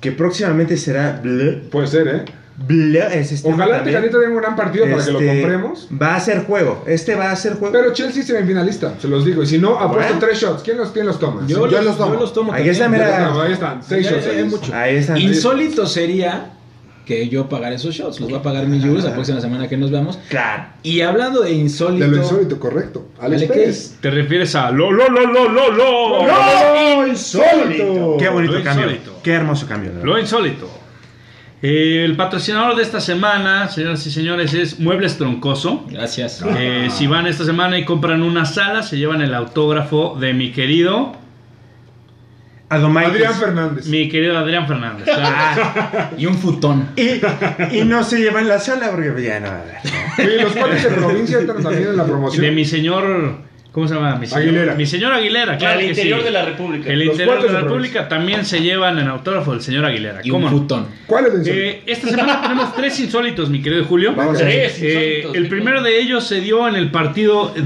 [SPEAKER 4] que próximamente será. Ble,
[SPEAKER 2] Puede ser, ¿eh?
[SPEAKER 4] ble, es este
[SPEAKER 2] Ojalá
[SPEAKER 4] también.
[SPEAKER 2] Tecatito tenga un gran partido para que lo
[SPEAKER 4] Este,
[SPEAKER 2] compremos.
[SPEAKER 4] Va a ser juego. Este va a ser juego.
[SPEAKER 2] Pero Chelsea es semifinalista, se los digo. Y si no, apuesto
[SPEAKER 4] Bueno.
[SPEAKER 2] tres shots. ¿Quién los, quién los toma?
[SPEAKER 6] Yo,
[SPEAKER 7] Yo
[SPEAKER 6] los,
[SPEAKER 7] los tomo.
[SPEAKER 6] yo los tomo.
[SPEAKER 4] Ahí está,
[SPEAKER 6] también.
[SPEAKER 4] mira.
[SPEAKER 2] No, ahí están, seis
[SPEAKER 6] Ya, ya,
[SPEAKER 2] shots.
[SPEAKER 6] ya, mucho.
[SPEAKER 4] Ahí está.
[SPEAKER 6] Insólito sería que yo pagara esos shots. Los va a pagar mi Jules la próxima semana que nos veamos.
[SPEAKER 4] Claro.
[SPEAKER 6] Y hablando de insólito.
[SPEAKER 2] Ah. De lo insólito, correcto. Alex
[SPEAKER 6] Dale, ¿qué
[SPEAKER 2] Pérez.
[SPEAKER 5] ¿Te refieres a lo, lo, lo, lo, lo, lo?
[SPEAKER 2] ¡No! ¡Insólito!
[SPEAKER 4] Qué bonito
[SPEAKER 5] Lo
[SPEAKER 4] cambio.
[SPEAKER 5] insólito.
[SPEAKER 4] Qué hermoso cambio. la
[SPEAKER 5] Lo
[SPEAKER 4] verdad.
[SPEAKER 5] insólito. Eh, el patrocinador de esta semana, señoras y señores, es Muebles Troncoso.
[SPEAKER 6] Gracias.
[SPEAKER 5] Eh, si van esta semana y compran una sala, se llevan el autógrafo de mi querido,
[SPEAKER 4] Adomaitis.
[SPEAKER 2] Adrián Fernández.
[SPEAKER 5] mi querido Adrián Fernández. Ah, claro.
[SPEAKER 6] Y un futón.
[SPEAKER 4] Y, y no se lleva en la sala porque ya no va a haber.
[SPEAKER 2] Sí, los cuates de provincia entran también en la promoción.
[SPEAKER 5] De mi señor, ¿cómo se llama? Mi señor
[SPEAKER 2] Aguilera.
[SPEAKER 5] Mi señor Aguilera, claro.
[SPEAKER 3] Al
[SPEAKER 5] que
[SPEAKER 3] interior
[SPEAKER 5] sí.
[SPEAKER 3] de la República.
[SPEAKER 5] El
[SPEAKER 2] Los
[SPEAKER 5] interior de
[SPEAKER 2] cuartos
[SPEAKER 5] la
[SPEAKER 2] de
[SPEAKER 5] República también se llevan en autógrafo del señor Aguilera.
[SPEAKER 6] Y
[SPEAKER 5] ¿Cómo
[SPEAKER 6] un
[SPEAKER 5] no?
[SPEAKER 6] futón.
[SPEAKER 2] ¿Cuál es el insólito?
[SPEAKER 5] Eh, esta semana tenemos tres insólitos, mi querido Julio.
[SPEAKER 2] Vamos a ver.
[SPEAKER 3] Tres
[SPEAKER 5] Eh,
[SPEAKER 3] insólitos,
[SPEAKER 5] el
[SPEAKER 3] Nico.
[SPEAKER 5] primero de ellos se dio en el partido de,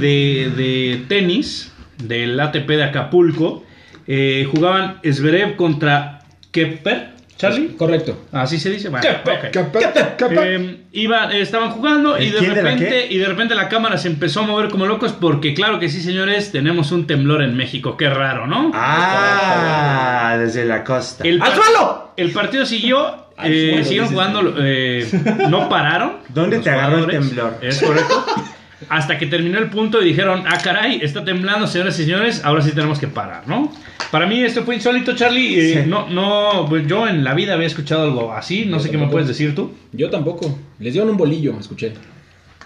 [SPEAKER 5] de tenis del ATP de Acapulco. Eh, jugaban Zverev contra Kepper, Charlie.
[SPEAKER 6] Pues, Correcto.
[SPEAKER 5] Así se dice. Bueno, ok.
[SPEAKER 2] Capaz, capaz.
[SPEAKER 5] Eh, iba- estaban jugando y
[SPEAKER 4] ¿El
[SPEAKER 5] de
[SPEAKER 4] quién de la
[SPEAKER 5] repente y de repente la cámara se empezó a mover como locos porque claro que sí señores tenemos un temblor en México qué raro no
[SPEAKER 4] Ah, desde la costa.
[SPEAKER 5] El
[SPEAKER 4] ¡Al
[SPEAKER 5] par-
[SPEAKER 4] suelo!
[SPEAKER 5] El partido siguió,
[SPEAKER 3] Al
[SPEAKER 5] eh,
[SPEAKER 3] suelo,
[SPEAKER 5] siguieron
[SPEAKER 3] dices.
[SPEAKER 5] jugando, eh, no pararon.
[SPEAKER 4] ¿Dónde
[SPEAKER 5] Los eh,
[SPEAKER 4] te agarró el
[SPEAKER 5] jugadores,
[SPEAKER 4] temblor?
[SPEAKER 5] Es correcto. Hasta que terminó el punto y dijeron, ah, caray, está temblando, señoras y señores, ahora sí tenemos que parar, ¿no? Para mí esto fue insólito, Charlie. eh, No, no, pues, yo en la vida había escuchado algo así, no
[SPEAKER 6] Yo
[SPEAKER 5] sé qué me
[SPEAKER 6] tampoco.
[SPEAKER 5] puedes decir tú.
[SPEAKER 6] Yo tampoco. Les dieron un bolillo, escuché.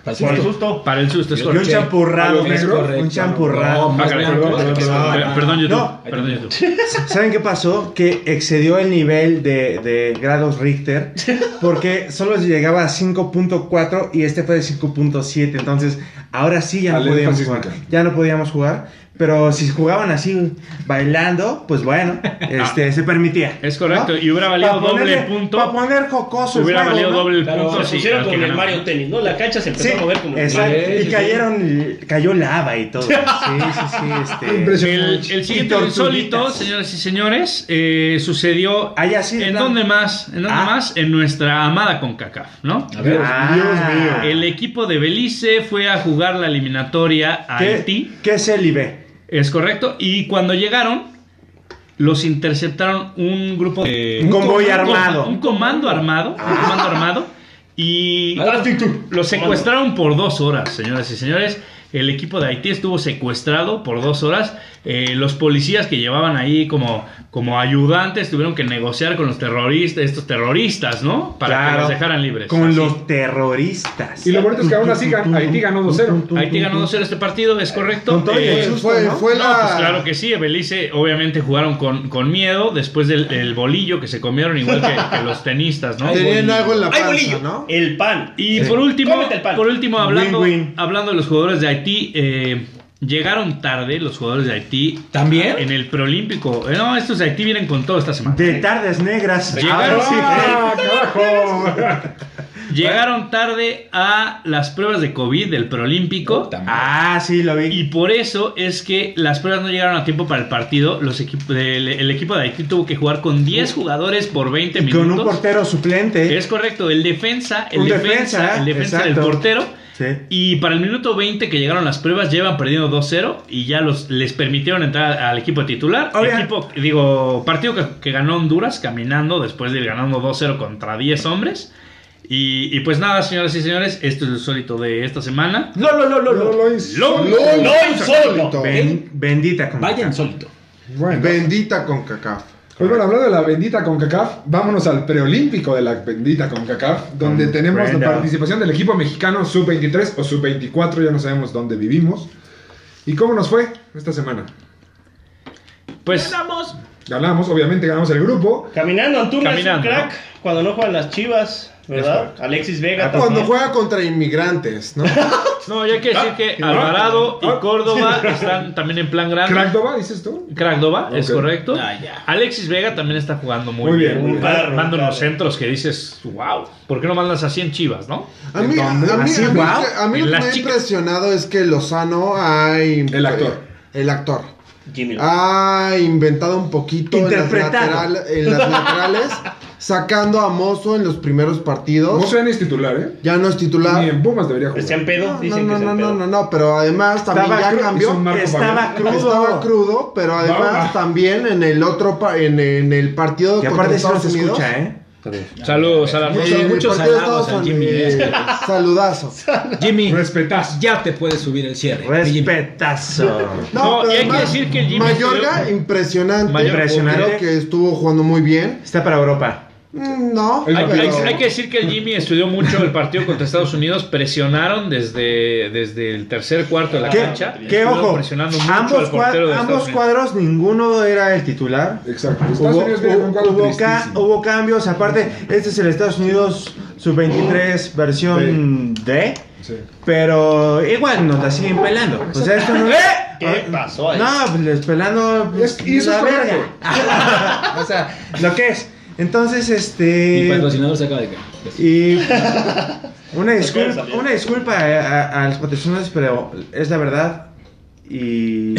[SPEAKER 6] Para
[SPEAKER 3] Por el
[SPEAKER 6] susto.
[SPEAKER 3] susto.
[SPEAKER 5] Para el susto, es
[SPEAKER 6] Yo-
[SPEAKER 5] correcto.
[SPEAKER 4] Y un champurrado,
[SPEAKER 6] Es
[SPEAKER 4] negro,
[SPEAKER 6] correcto.
[SPEAKER 4] un champurrado.
[SPEAKER 6] No, más
[SPEAKER 5] Ah, caray,
[SPEAKER 6] blanco,
[SPEAKER 5] perdón,
[SPEAKER 6] es que se
[SPEAKER 5] perdón,
[SPEAKER 6] va.
[SPEAKER 5] perdón, perdón, YouTube.
[SPEAKER 4] No.
[SPEAKER 5] perdón, YouTube.
[SPEAKER 4] ¿Saben qué pasó? Que excedió el nivel de, de grados Richter porque solo llegaba a 5.4 y este fue de 5.7. Entonces, ahora sí ya no
[SPEAKER 2] Alerta
[SPEAKER 4] podíamos
[SPEAKER 2] sísmica.
[SPEAKER 4] jugar. Ya no podíamos jugar. Pero si jugaban así, bailando, pues bueno, este, se permitía.
[SPEAKER 5] Ah. Es correcto,
[SPEAKER 4] ¿no?
[SPEAKER 5] y hubiera valido
[SPEAKER 4] Pa'
[SPEAKER 5] doble
[SPEAKER 4] ponerle-
[SPEAKER 5] punto.
[SPEAKER 4] Para poner jocoso. el
[SPEAKER 5] Hubiera
[SPEAKER 4] juego,
[SPEAKER 5] valido
[SPEAKER 4] ¿no?
[SPEAKER 5] doble el
[SPEAKER 6] Claro,
[SPEAKER 5] punto.
[SPEAKER 6] se
[SPEAKER 3] Se
[SPEAKER 5] sí,
[SPEAKER 3] pusieron
[SPEAKER 5] al que
[SPEAKER 3] como en el
[SPEAKER 5] ganaba.
[SPEAKER 3] Mario Tennis, ¿no? La cancha se empezó
[SPEAKER 4] Sí,
[SPEAKER 3] a mover como.
[SPEAKER 4] exacto.
[SPEAKER 6] Sí,
[SPEAKER 4] Y
[SPEAKER 6] sí,
[SPEAKER 4] cayeron, cayó lava y todo. Sí, sí, sí. Este,
[SPEAKER 5] El,
[SPEAKER 2] Impresionante.
[SPEAKER 5] el siguiente
[SPEAKER 4] Y tortuguitas.
[SPEAKER 5] insólito, señoras y señores, eh, sucedió.
[SPEAKER 4] Ah, ya sí,
[SPEAKER 5] ¿En
[SPEAKER 4] claro.
[SPEAKER 5] dónde más? ¿En dónde
[SPEAKER 4] Ah.
[SPEAKER 5] más? En nuestra amada CONCACAF, ¿no?
[SPEAKER 6] A ver,
[SPEAKER 4] Ah.
[SPEAKER 2] Dios mío.
[SPEAKER 5] El equipo de Belice fue a jugar la eliminatoria a
[SPEAKER 4] ¿Qué,
[SPEAKER 5] Haití,
[SPEAKER 4] ¿Qué es el IB?
[SPEAKER 5] es correcto, y cuando llegaron, los interceptaron un grupo de.
[SPEAKER 4] Un convoy armado. Ah.
[SPEAKER 5] Un comando armado. Un comando armado. Y
[SPEAKER 6] Ah,
[SPEAKER 5] Lo secuestraron por dos horas, señoras y señores. El equipo de Haití estuvo secuestrado por dos horas. Eh, los policías que llevaban ahí como, como ayudantes tuvieron que negociar con los terroristas, estos terroristas, ¿no? Para que
[SPEAKER 4] Claro.
[SPEAKER 5] los dejaran libres.
[SPEAKER 4] Con
[SPEAKER 5] Así.
[SPEAKER 4] los terroristas.
[SPEAKER 2] Y lo bonito es que aún así gan- Haití ganó 2-0.
[SPEAKER 5] Haití ganó 2-0 este partido, ¿es correcto?
[SPEAKER 4] Con todo y el
[SPEAKER 5] Eh,
[SPEAKER 4] susto,
[SPEAKER 7] fue,
[SPEAKER 4] ¿no?
[SPEAKER 7] fue
[SPEAKER 5] no,
[SPEAKER 7] la.
[SPEAKER 5] pues claro que sí, Belice obviamente jugaron con, con miedo después del el bolillo que se comieron, igual que, que los tenistas, ¿no?
[SPEAKER 7] Tenían
[SPEAKER 5] Bolillo.
[SPEAKER 7] algo en la
[SPEAKER 3] ¡Ay,
[SPEAKER 7] panza,
[SPEAKER 3] bolillo! Eh,
[SPEAKER 7] ¿no?
[SPEAKER 3] El pan.
[SPEAKER 5] Y por último,
[SPEAKER 3] Cómete el pan.
[SPEAKER 5] por último hablando,
[SPEAKER 4] Win-win.
[SPEAKER 5] hablando de los jugadores de Haití, eh, llegaron tarde los jugadores de Haití.
[SPEAKER 6] ¿También?
[SPEAKER 5] En el preolímpico. Eh, No, estos de Haití vienen con todo esta semana.
[SPEAKER 4] De tardes negras.
[SPEAKER 5] Llegaron,
[SPEAKER 4] Ahora sí.
[SPEAKER 2] ¡Ah, carajo!
[SPEAKER 5] Llegaron tarde a las pruebas de COVID del preolímpico.
[SPEAKER 6] Puta madre.
[SPEAKER 4] Ah, sí, lo vi.
[SPEAKER 5] Y por eso es que las pruebas no llegaron a tiempo para el partido. Los equip- el, el equipo de Haití tuvo que jugar con 10 jugadores por 20
[SPEAKER 4] Uh. Y
[SPEAKER 5] minutos.
[SPEAKER 4] con un portero suplente.
[SPEAKER 5] Es correcto, el defensa, el
[SPEAKER 4] Un
[SPEAKER 5] defensa,
[SPEAKER 4] defensa,
[SPEAKER 5] el defensa del
[SPEAKER 4] exacto.
[SPEAKER 5] portero.
[SPEAKER 4] Sí.
[SPEAKER 5] Y para el minuto 20 que llegaron las pruebas, llevan perdiendo 2-0 y ya los, les permitieron entrar al equipo titular.
[SPEAKER 4] Obvia-
[SPEAKER 5] Equipo, digo, partido que, que ganó Honduras caminando después de ir ganando 2-0 contra 10 hombres. Y, y pues nada, señoras y señores, esto es el solito de esta semana.
[SPEAKER 4] Lolo,
[SPEAKER 2] Lo-
[SPEAKER 4] lolo, lolo.
[SPEAKER 2] lo hizo.
[SPEAKER 7] ¡Lol!
[SPEAKER 3] ¡No, insólito!
[SPEAKER 4] Ben- bendita con
[SPEAKER 6] Vaya insólito.
[SPEAKER 2] Bueno.
[SPEAKER 7] Bendita con cacaf.
[SPEAKER 2] Pues bueno, hablando de la bendita CONCACAF, vámonos al preolímpico de la bendita CONCACAF, donde
[SPEAKER 4] Con
[SPEAKER 2] tenemos la
[SPEAKER 4] Brenda.
[SPEAKER 2] participación del equipo mexicano sub-23 o sub-24, ya no sabemos dónde vivimos. ¿Y cómo nos fue esta semana?
[SPEAKER 5] Pues
[SPEAKER 2] Ganamos, obviamente ganamos el grupo.
[SPEAKER 3] Caminando, Antuna
[SPEAKER 5] Caminando,
[SPEAKER 3] es un crack cuando no juegan las chivas, ¿verdad? Alexis Vega también.
[SPEAKER 7] Ah, Cuando juega contra inmigrantes, ¿no?
[SPEAKER 5] no, ya hay que decir que Alvarado y Córdoba están también en plan grande.
[SPEAKER 2] ¿Crackdova, dices tú?
[SPEAKER 5] Crackdova, es
[SPEAKER 2] Ok.
[SPEAKER 5] correcto.
[SPEAKER 6] Ah, ya.
[SPEAKER 5] Alexis Vega también está jugando muy,
[SPEAKER 2] Muy bien,
[SPEAKER 5] bien.
[SPEAKER 2] muy
[SPEAKER 5] Está
[SPEAKER 3] bien.
[SPEAKER 5] armando unos
[SPEAKER 3] Claro.
[SPEAKER 5] centros que dices, wow, ¿por qué no mandas así en Chivas, no?
[SPEAKER 7] A mí, a mí,
[SPEAKER 4] Entonces,
[SPEAKER 7] a mí-
[SPEAKER 4] así,
[SPEAKER 7] a mí-
[SPEAKER 4] guau.
[SPEAKER 7] a mí
[SPEAKER 5] En
[SPEAKER 7] lo que me
[SPEAKER 5] las
[SPEAKER 7] ha
[SPEAKER 5] chicas.
[SPEAKER 7] impresionado es que Lozano ha... in-
[SPEAKER 2] El actor.
[SPEAKER 7] El actor.
[SPEAKER 3] Jimmy.
[SPEAKER 7] Ah, Ha inventado un poquito en las,
[SPEAKER 4] Interpretado.
[SPEAKER 7] lateral- en las laterales, sacando a Mozo en los primeros partidos.
[SPEAKER 2] No suena es titular, ¿eh?
[SPEAKER 7] Ya no es
[SPEAKER 2] Ni
[SPEAKER 7] titular.
[SPEAKER 2] en Pumas debería jugar.
[SPEAKER 3] Está en pedo,
[SPEAKER 7] No, no,
[SPEAKER 3] dicen que
[SPEAKER 7] no,
[SPEAKER 3] está
[SPEAKER 7] no,
[SPEAKER 3] en
[SPEAKER 7] no,
[SPEAKER 3] pedo.
[SPEAKER 7] no, no, pero además también
[SPEAKER 4] Estaba
[SPEAKER 7] ya
[SPEAKER 4] cru-
[SPEAKER 2] hizo un
[SPEAKER 7] cambió.
[SPEAKER 2] Marco
[SPEAKER 4] Estaba
[SPEAKER 2] Fabián.
[SPEAKER 4] crudo.
[SPEAKER 7] Estaba crudo, pero además
[SPEAKER 2] Vamos.
[SPEAKER 7] también en el otro pa- en, en el partido
[SPEAKER 4] Y
[SPEAKER 7] contra
[SPEAKER 4] aparte sí no
[SPEAKER 7] Estados
[SPEAKER 4] se
[SPEAKER 7] Unidos.
[SPEAKER 4] escucha, ¿eh?
[SPEAKER 5] Saludos a la
[SPEAKER 7] En el
[SPEAKER 6] muchos
[SPEAKER 7] partido de
[SPEAKER 6] halagos
[SPEAKER 7] Estados
[SPEAKER 6] al Jimmy.
[SPEAKER 7] Unidos. Eh, Saludazo.
[SPEAKER 6] Jimmy,
[SPEAKER 2] Respetazo.
[SPEAKER 6] ya te puedes subir el cierre.
[SPEAKER 4] Respetazo.
[SPEAKER 5] No,
[SPEAKER 7] pero
[SPEAKER 5] y hay que
[SPEAKER 7] además,
[SPEAKER 5] decir que el Jimmy
[SPEAKER 7] Mayorga,
[SPEAKER 5] estuvo-
[SPEAKER 7] impresionante.
[SPEAKER 5] Mayorga,
[SPEAKER 4] impresionante.
[SPEAKER 7] Creo que estuvo jugando muy bien.
[SPEAKER 4] Está para Europa.
[SPEAKER 7] Mm, No,
[SPEAKER 2] Hay-
[SPEAKER 5] Hay,
[SPEAKER 7] pero-
[SPEAKER 5] hay- hay que decir que el Jimmy estudió mucho el partido contra Estados Unidos, presionaron desde, desde el tercer cuarto de la
[SPEAKER 4] ¿Qué,
[SPEAKER 5] cancha.
[SPEAKER 4] qué
[SPEAKER 5] Estuvieron
[SPEAKER 4] ojo?
[SPEAKER 5] Presionando mucho
[SPEAKER 4] Ambos,
[SPEAKER 5] al portero
[SPEAKER 4] cua-
[SPEAKER 5] de
[SPEAKER 4] ambos
[SPEAKER 5] Estados Unidos.
[SPEAKER 4] cuadros, ninguno era el titular.
[SPEAKER 2] Exacto. Estados
[SPEAKER 4] Hubo,
[SPEAKER 2] Unidos viene con un cuadro
[SPEAKER 4] hubo- hubo ca-
[SPEAKER 2] tristísimo.
[SPEAKER 4] hubo cambios, aparte, este es el Estados Unidos sub-23 versión D,
[SPEAKER 2] Sí.
[SPEAKER 4] pero igual nos la siguen pelando. O sea, esto no es...
[SPEAKER 3] ¿Qué pasó ahí?
[SPEAKER 4] No, pues les pelando pues,
[SPEAKER 2] Es- y eso
[SPEAKER 4] la
[SPEAKER 2] es correcto.
[SPEAKER 4] verga. o sea, lo que es. Entonces, este...
[SPEAKER 6] Mi
[SPEAKER 5] pues,
[SPEAKER 6] patrocinador se acaba de caer.
[SPEAKER 4] Y una
[SPEAKER 3] puede
[SPEAKER 4] disculpa,
[SPEAKER 3] salir.
[SPEAKER 4] una disculpa a, a- a los patrocinadores, pero es la verdad. Y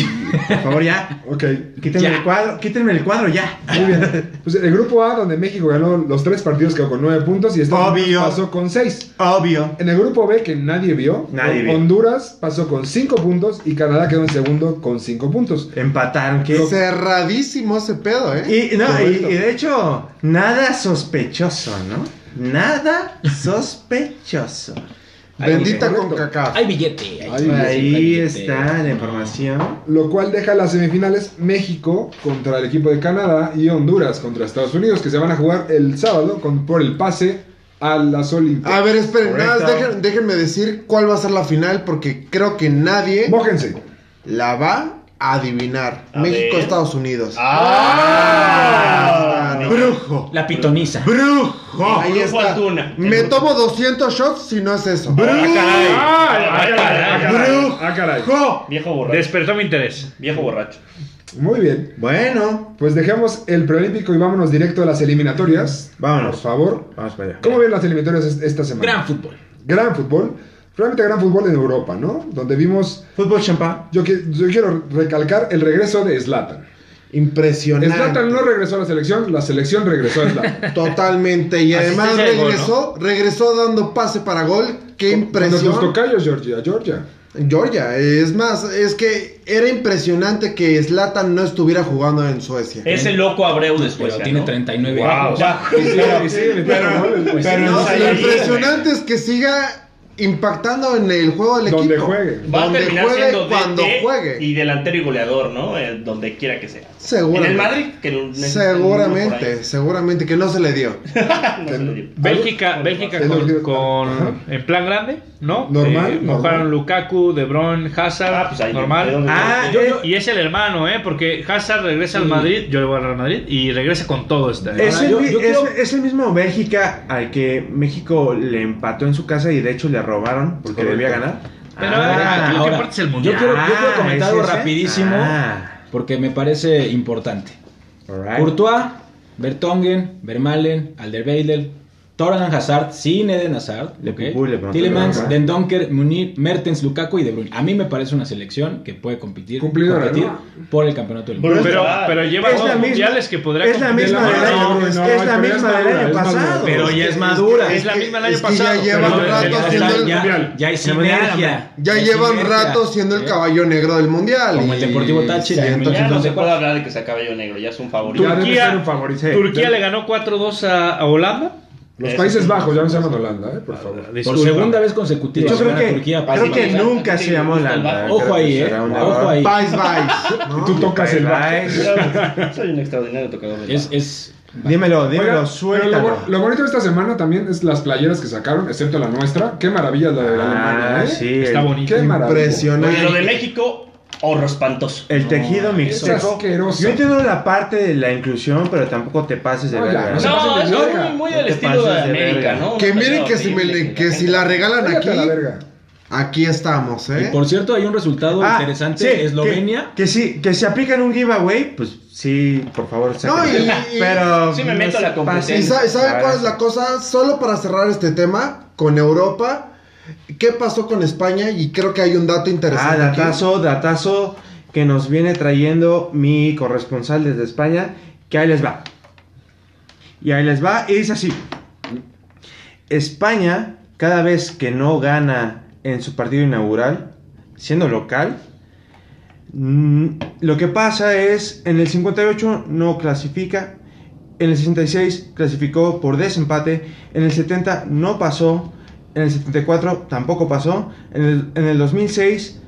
[SPEAKER 4] por favor ya,
[SPEAKER 2] Ok.
[SPEAKER 4] quítenme
[SPEAKER 6] Ya.
[SPEAKER 4] el cuadro, quítenme el cuadro ya.
[SPEAKER 2] Muy bien. Pues el grupo A, donde México ganó los tres partidos, quedó con nueve puntos y Estados
[SPEAKER 4] Obvio.
[SPEAKER 2] Unidos pasó con seis.
[SPEAKER 4] Obvio.
[SPEAKER 2] En el grupo B, que nadie vio,
[SPEAKER 4] Nadie vio.
[SPEAKER 2] Honduras pasó con 5 puntos y Canadá quedó en segundo con 5 puntos.
[SPEAKER 4] Empataron. ¿qué?
[SPEAKER 7] Cerradísimo ese pedo, ¿eh?
[SPEAKER 4] Y, no, y,
[SPEAKER 2] Correcto.
[SPEAKER 4] y de hecho, nada sospechoso, ¿no? Nada sospechoso.
[SPEAKER 7] Bendita
[SPEAKER 4] billete.
[SPEAKER 7] con cacá.
[SPEAKER 6] Hay billete. hay-
[SPEAKER 7] Ahí
[SPEAKER 6] siempre hay
[SPEAKER 4] Ahí
[SPEAKER 6] billete.
[SPEAKER 4] está la información.
[SPEAKER 2] Lo cual deja las semifinales México contra el equipo de Canadá y Honduras contra Estados Unidos, que se van a jugar el sábado con, por el pase a las
[SPEAKER 7] A
[SPEAKER 2] Olimpiadas.
[SPEAKER 7] ver, esperen, nada,
[SPEAKER 4] Correcto.
[SPEAKER 7] dejen- déjenme decir cuál va a ser la final porque creo que nadie
[SPEAKER 2] Mójense.
[SPEAKER 7] la va a adivinar.
[SPEAKER 3] A
[SPEAKER 7] México,
[SPEAKER 3] ver.
[SPEAKER 7] Estados Unidos.
[SPEAKER 5] Ah.
[SPEAKER 3] ¡Ah!
[SPEAKER 7] brujo.
[SPEAKER 6] La pitoniza.
[SPEAKER 7] Brujo. Ahí
[SPEAKER 3] Brujo
[SPEAKER 7] está.
[SPEAKER 3] Antuna.
[SPEAKER 7] Me tomo 200 shots si no es eso.
[SPEAKER 5] Ah, caray.
[SPEAKER 2] Brujo. Ah, caray.
[SPEAKER 7] Brujo.
[SPEAKER 3] Viejo borracho.
[SPEAKER 5] Despertó mi interés.
[SPEAKER 3] Viejo borracho.
[SPEAKER 2] Muy bien.
[SPEAKER 7] Bueno,
[SPEAKER 2] Pues dejemos el preolímpico y vámonos directo a las eliminatorias.
[SPEAKER 4] Vámonos.
[SPEAKER 2] Por favor.
[SPEAKER 4] Vamos para allá.
[SPEAKER 2] ¿Cómo ven las eliminatorias es- esta semana?
[SPEAKER 6] Gran fútbol.
[SPEAKER 5] Pues
[SPEAKER 2] Gran fútbol. Realmente gran fútbol en Europa, ¿no? Donde vimos.
[SPEAKER 4] Fútbol champán.
[SPEAKER 2] Yo, qui- yo quiero recalcar el regreso de Zlatan.
[SPEAKER 7] impresionante.
[SPEAKER 2] Zlatan no regresó a la selección, la selección regresó a Zlatan.
[SPEAKER 7] Totalmente. Y además
[SPEAKER 5] Asistencia de gol,
[SPEAKER 7] regresó, regresó dando pase para gol. Qué
[SPEAKER 2] Cuando tus
[SPEAKER 7] impresión.
[SPEAKER 2] tocayos, Georgia, Georgia.
[SPEAKER 7] Georgia, es más, es que era impresionante que Zlatan no estuviera jugando en Suecia.
[SPEAKER 6] Eh,
[SPEAKER 3] Ese loco Abreu de
[SPEAKER 6] Pero
[SPEAKER 3] Suecia.
[SPEAKER 6] Pues, tiene
[SPEAKER 3] ¿no?
[SPEAKER 6] 39
[SPEAKER 5] Wow.
[SPEAKER 6] años.
[SPEAKER 2] Sí, sí, sí, metieron goles, güey.
[SPEAKER 4] pero-
[SPEAKER 7] No,
[SPEAKER 4] no
[SPEAKER 7] lo
[SPEAKER 4] sabía.
[SPEAKER 7] impresionante es que siga impactando en el juego del
[SPEAKER 2] Donde
[SPEAKER 7] equipo.
[SPEAKER 2] juegue.
[SPEAKER 3] Va a
[SPEAKER 7] Donde
[SPEAKER 3] terminar
[SPEAKER 7] juegue,
[SPEAKER 3] siendo
[SPEAKER 7] cuando
[SPEAKER 3] DT
[SPEAKER 7] juegue.
[SPEAKER 3] y delantero y goleador, ¿no? Eh, donde quiera que sea.
[SPEAKER 7] Seguramente.
[SPEAKER 3] En el Madrid, que lo necesita el mundo por ahí.
[SPEAKER 7] Seguramente, Este, seguramente que no se le dio.
[SPEAKER 3] No se lo digo.
[SPEAKER 5] Bélgica, Bélgica con, con-
[SPEAKER 2] Ajá.
[SPEAKER 5] en plan grande, ¿no?
[SPEAKER 2] Normal,
[SPEAKER 5] Eh,
[SPEAKER 2] normal.
[SPEAKER 5] mojaron Lukaku, De Bruyne, Hazard,
[SPEAKER 3] Ah, pues ahí, ¿de
[SPEAKER 5] normal.
[SPEAKER 3] dónde
[SPEAKER 5] Ah,
[SPEAKER 3] viene?
[SPEAKER 5] eh, y es el hermano, ¿eh? Porque Hazard regresa al Madrid, yo le voy al Real Madrid y regresa con todo este. año.
[SPEAKER 4] Es,
[SPEAKER 6] Ahora,
[SPEAKER 4] el,
[SPEAKER 6] yo-
[SPEAKER 4] mi-
[SPEAKER 6] yo
[SPEAKER 4] es-
[SPEAKER 6] creo-
[SPEAKER 4] es el mismo Bélgica al que México le empató en su casa y de hecho le robaron porque debía ganar.
[SPEAKER 5] Pero ah,
[SPEAKER 4] Ah,
[SPEAKER 5] lo que
[SPEAKER 6] ahora,
[SPEAKER 5] importa es el
[SPEAKER 6] Yo
[SPEAKER 5] mundial.
[SPEAKER 6] quiero, yo quiero
[SPEAKER 4] Ah,
[SPEAKER 6] comentar
[SPEAKER 4] ¿es
[SPEAKER 6] algo
[SPEAKER 4] ese?
[SPEAKER 6] rapidísimo
[SPEAKER 4] Ah.
[SPEAKER 6] porque me parece importante.
[SPEAKER 4] alright.
[SPEAKER 6] Courtois, Bertongen, Vermalen, Alderweireld, Torgan Hazard, sin Eden Hazard,
[SPEAKER 4] Le
[SPEAKER 6] ¿ok?
[SPEAKER 4] pupú, le pronto, le
[SPEAKER 6] Tillemans,
[SPEAKER 4] pronto.
[SPEAKER 6] Dendonker, Munir, Mertens, Lukaku y De Bruyne. A mí me parece una selección que puede competir,
[SPEAKER 2] Cumplidora,
[SPEAKER 6] competir
[SPEAKER 2] ¿no?
[SPEAKER 6] por el campeonato del
[SPEAKER 5] Pero,
[SPEAKER 6] mundo.
[SPEAKER 5] pero lleva
[SPEAKER 4] Es
[SPEAKER 5] dos
[SPEAKER 4] la misma-
[SPEAKER 5] mundiales que podría
[SPEAKER 4] es la
[SPEAKER 5] competir
[SPEAKER 4] misma
[SPEAKER 5] mano.
[SPEAKER 4] del año,
[SPEAKER 2] No,
[SPEAKER 4] es,
[SPEAKER 2] no,
[SPEAKER 4] es la
[SPEAKER 2] pero ya
[SPEAKER 4] misma
[SPEAKER 2] es
[SPEAKER 4] del
[SPEAKER 2] madura,
[SPEAKER 4] año
[SPEAKER 2] es madura.
[SPEAKER 4] pasado.
[SPEAKER 6] Pero ya es
[SPEAKER 7] que-
[SPEAKER 6] madura.
[SPEAKER 7] que-
[SPEAKER 5] Es la misma del
[SPEAKER 7] es
[SPEAKER 5] año
[SPEAKER 7] que
[SPEAKER 5] pasado,
[SPEAKER 7] Ya llevan
[SPEAKER 5] pero
[SPEAKER 6] Ya-
[SPEAKER 7] rato
[SPEAKER 5] el-
[SPEAKER 6] ya-
[SPEAKER 7] siendo el,
[SPEAKER 6] ya-
[SPEAKER 2] mundial.
[SPEAKER 6] ya hay
[SPEAKER 4] La
[SPEAKER 6] sinergia,
[SPEAKER 4] sinergia.
[SPEAKER 7] ya
[SPEAKER 6] hay
[SPEAKER 7] llevan
[SPEAKER 6] sinergia.
[SPEAKER 7] rato siendo el
[SPEAKER 6] ¿Eh?
[SPEAKER 7] caballo negro del mundial.
[SPEAKER 6] Como el
[SPEAKER 7] y
[SPEAKER 6] Deportivo Táchira,
[SPEAKER 7] siento-
[SPEAKER 6] entonces,
[SPEAKER 3] Ya no
[SPEAKER 6] ¿dónde
[SPEAKER 3] se puede
[SPEAKER 6] cuál?
[SPEAKER 3] hablar de que sea cabello negro, ya es un favorito.
[SPEAKER 2] Ya debe
[SPEAKER 5] Turquía,
[SPEAKER 2] ser un favorito.
[SPEAKER 5] Turquía le ganó 4-2 a, a Holanda.
[SPEAKER 2] Los
[SPEAKER 3] Eso.
[SPEAKER 2] Países Bajos ya no se llaman Holanda, ¿eh? por favor.
[SPEAKER 6] Por
[SPEAKER 5] Disculpa.
[SPEAKER 6] segunda vez consecutiva.
[SPEAKER 4] Yo
[SPEAKER 6] se
[SPEAKER 4] creo
[SPEAKER 6] gana
[SPEAKER 4] que,
[SPEAKER 6] Turquía,
[SPEAKER 4] creo que
[SPEAKER 3] Pakistán.
[SPEAKER 4] nunca se llamó la.
[SPEAKER 6] Ojo ahí, eh. Ojo ahí.
[SPEAKER 7] Vice, vice, ¿no?
[SPEAKER 2] Y tú tocas el bajo.
[SPEAKER 3] Soy un extraordinario tocador. de
[SPEAKER 6] Es,
[SPEAKER 3] bajo.
[SPEAKER 6] es
[SPEAKER 4] Dímelo,
[SPEAKER 2] Oiga,
[SPEAKER 4] dímelo,
[SPEAKER 2] pero lo,
[SPEAKER 4] suéltalo.
[SPEAKER 2] bu- lo bonito de esta semana también es las playeras que sacaron, excepto la nuestra. Qué maravilla la de Alemania,
[SPEAKER 4] Ah,
[SPEAKER 2] ¿eh?
[SPEAKER 4] sí.
[SPEAKER 5] Está
[SPEAKER 4] el-
[SPEAKER 5] bonito.
[SPEAKER 2] Qué maravilla.
[SPEAKER 3] Oye, lo
[SPEAKER 7] Impresionante.
[SPEAKER 3] de México, horror espantoso.
[SPEAKER 4] El tejido
[SPEAKER 2] es
[SPEAKER 4] mixteco.
[SPEAKER 2] asqueroso.
[SPEAKER 4] Yo entiendo la parte de la inclusión, pero tampoco te pases de
[SPEAKER 2] No, ya,
[SPEAKER 4] verga.
[SPEAKER 2] no se
[SPEAKER 3] No,
[SPEAKER 2] pasen
[SPEAKER 3] es
[SPEAKER 2] de
[SPEAKER 3] muy,
[SPEAKER 2] verga.
[SPEAKER 3] muy
[SPEAKER 4] No
[SPEAKER 3] del
[SPEAKER 4] te
[SPEAKER 3] estilo de
[SPEAKER 4] pases de
[SPEAKER 3] América,
[SPEAKER 4] verga.
[SPEAKER 3] ¿no?
[SPEAKER 7] Que
[SPEAKER 3] Una
[SPEAKER 7] miren
[SPEAKER 3] pelea
[SPEAKER 7] que si, me-
[SPEAKER 3] horrible,
[SPEAKER 7] que si
[SPEAKER 3] gente-
[SPEAKER 7] la regalan
[SPEAKER 2] Cállate
[SPEAKER 7] aquí,
[SPEAKER 2] a la verga.
[SPEAKER 7] aquí estamos,
[SPEAKER 6] Y
[SPEAKER 7] ¿eh?
[SPEAKER 6] por cierto, hay un resultado
[SPEAKER 4] Ah,
[SPEAKER 6] interesante.
[SPEAKER 4] sí, que-
[SPEAKER 6] Eslovenia.
[SPEAKER 4] Que, sí, que si aplican un giveaway, pues sí, por favor,
[SPEAKER 7] No, y-
[SPEAKER 4] sáquenlo.
[SPEAKER 7] y-
[SPEAKER 4] pero
[SPEAKER 3] Sí me meto a la
[SPEAKER 4] se
[SPEAKER 3] competencia.
[SPEAKER 7] ¿Y
[SPEAKER 4] pasen.
[SPEAKER 7] sa- saben
[SPEAKER 4] Ahora
[SPEAKER 7] cuál es
[SPEAKER 4] sí.
[SPEAKER 7] la cosa? Solo para cerrar este tema, con Europa, ¿qué pasó con España? Y creo que hay un dato
[SPEAKER 4] Ah,
[SPEAKER 7] interesante. aquí.
[SPEAKER 4] datazo, datazo que nos viene trayendo mi corresponsal desde España, que ahí les va. Y ahí les va, y dice así. España, cada vez que no gana en su partido inaugural, siendo local, mm, lo que pasa es, en el 58 no clasifica, en el 66 clasificó por desempate, en el 70 no pasó, en el 74 tampoco pasó, en el, en el 2006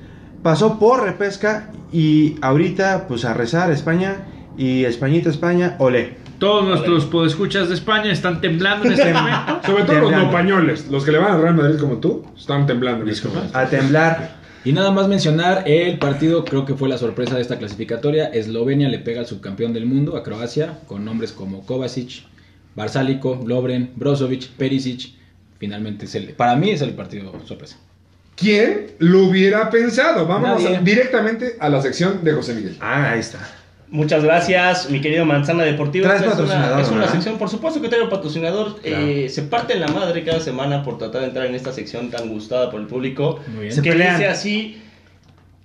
[SPEAKER 4] pasó por repesca y ahorita pues a rezar España y Españita España, olé.
[SPEAKER 5] Todos nuestros podescuchas de España están temblando en este momento.
[SPEAKER 2] Sobre todo los
[SPEAKER 4] Temblando.
[SPEAKER 2] no pañoles, los que le van al Real Madrid como tú, están temblando. en este momento.
[SPEAKER 4] A temblar.
[SPEAKER 6] Y nada más mencionar el partido, creo que fue la sorpresa de esta clasificatoria. Eslovenia le pega al subcampeón del mundo, a Croacia, con nombres como Kovacic, Barsálico, Lobren, Brozovic, Perisic. Finalmente, es el, para mí es el partido sorpresa.
[SPEAKER 2] ¿Quién lo hubiera pensado? Vamos
[SPEAKER 6] Nadie.
[SPEAKER 2] directamente a la sección de José Miguel.
[SPEAKER 4] Ah, ahí está.
[SPEAKER 3] Muchas gracias, mi querido Manzana Deportiva.
[SPEAKER 4] Traes
[SPEAKER 3] Esta es una,
[SPEAKER 4] patrocinador,
[SPEAKER 3] es una
[SPEAKER 4] ¿verdad?
[SPEAKER 3] sección, por supuesto que traigo patrocinador.
[SPEAKER 4] Claro.
[SPEAKER 3] eh, se parte en la madre cada semana por tratar de entrar en esta sección tan gustada por el público.
[SPEAKER 6] Muy bien.
[SPEAKER 4] Se
[SPEAKER 3] Que
[SPEAKER 4] pelean.
[SPEAKER 3] dice así: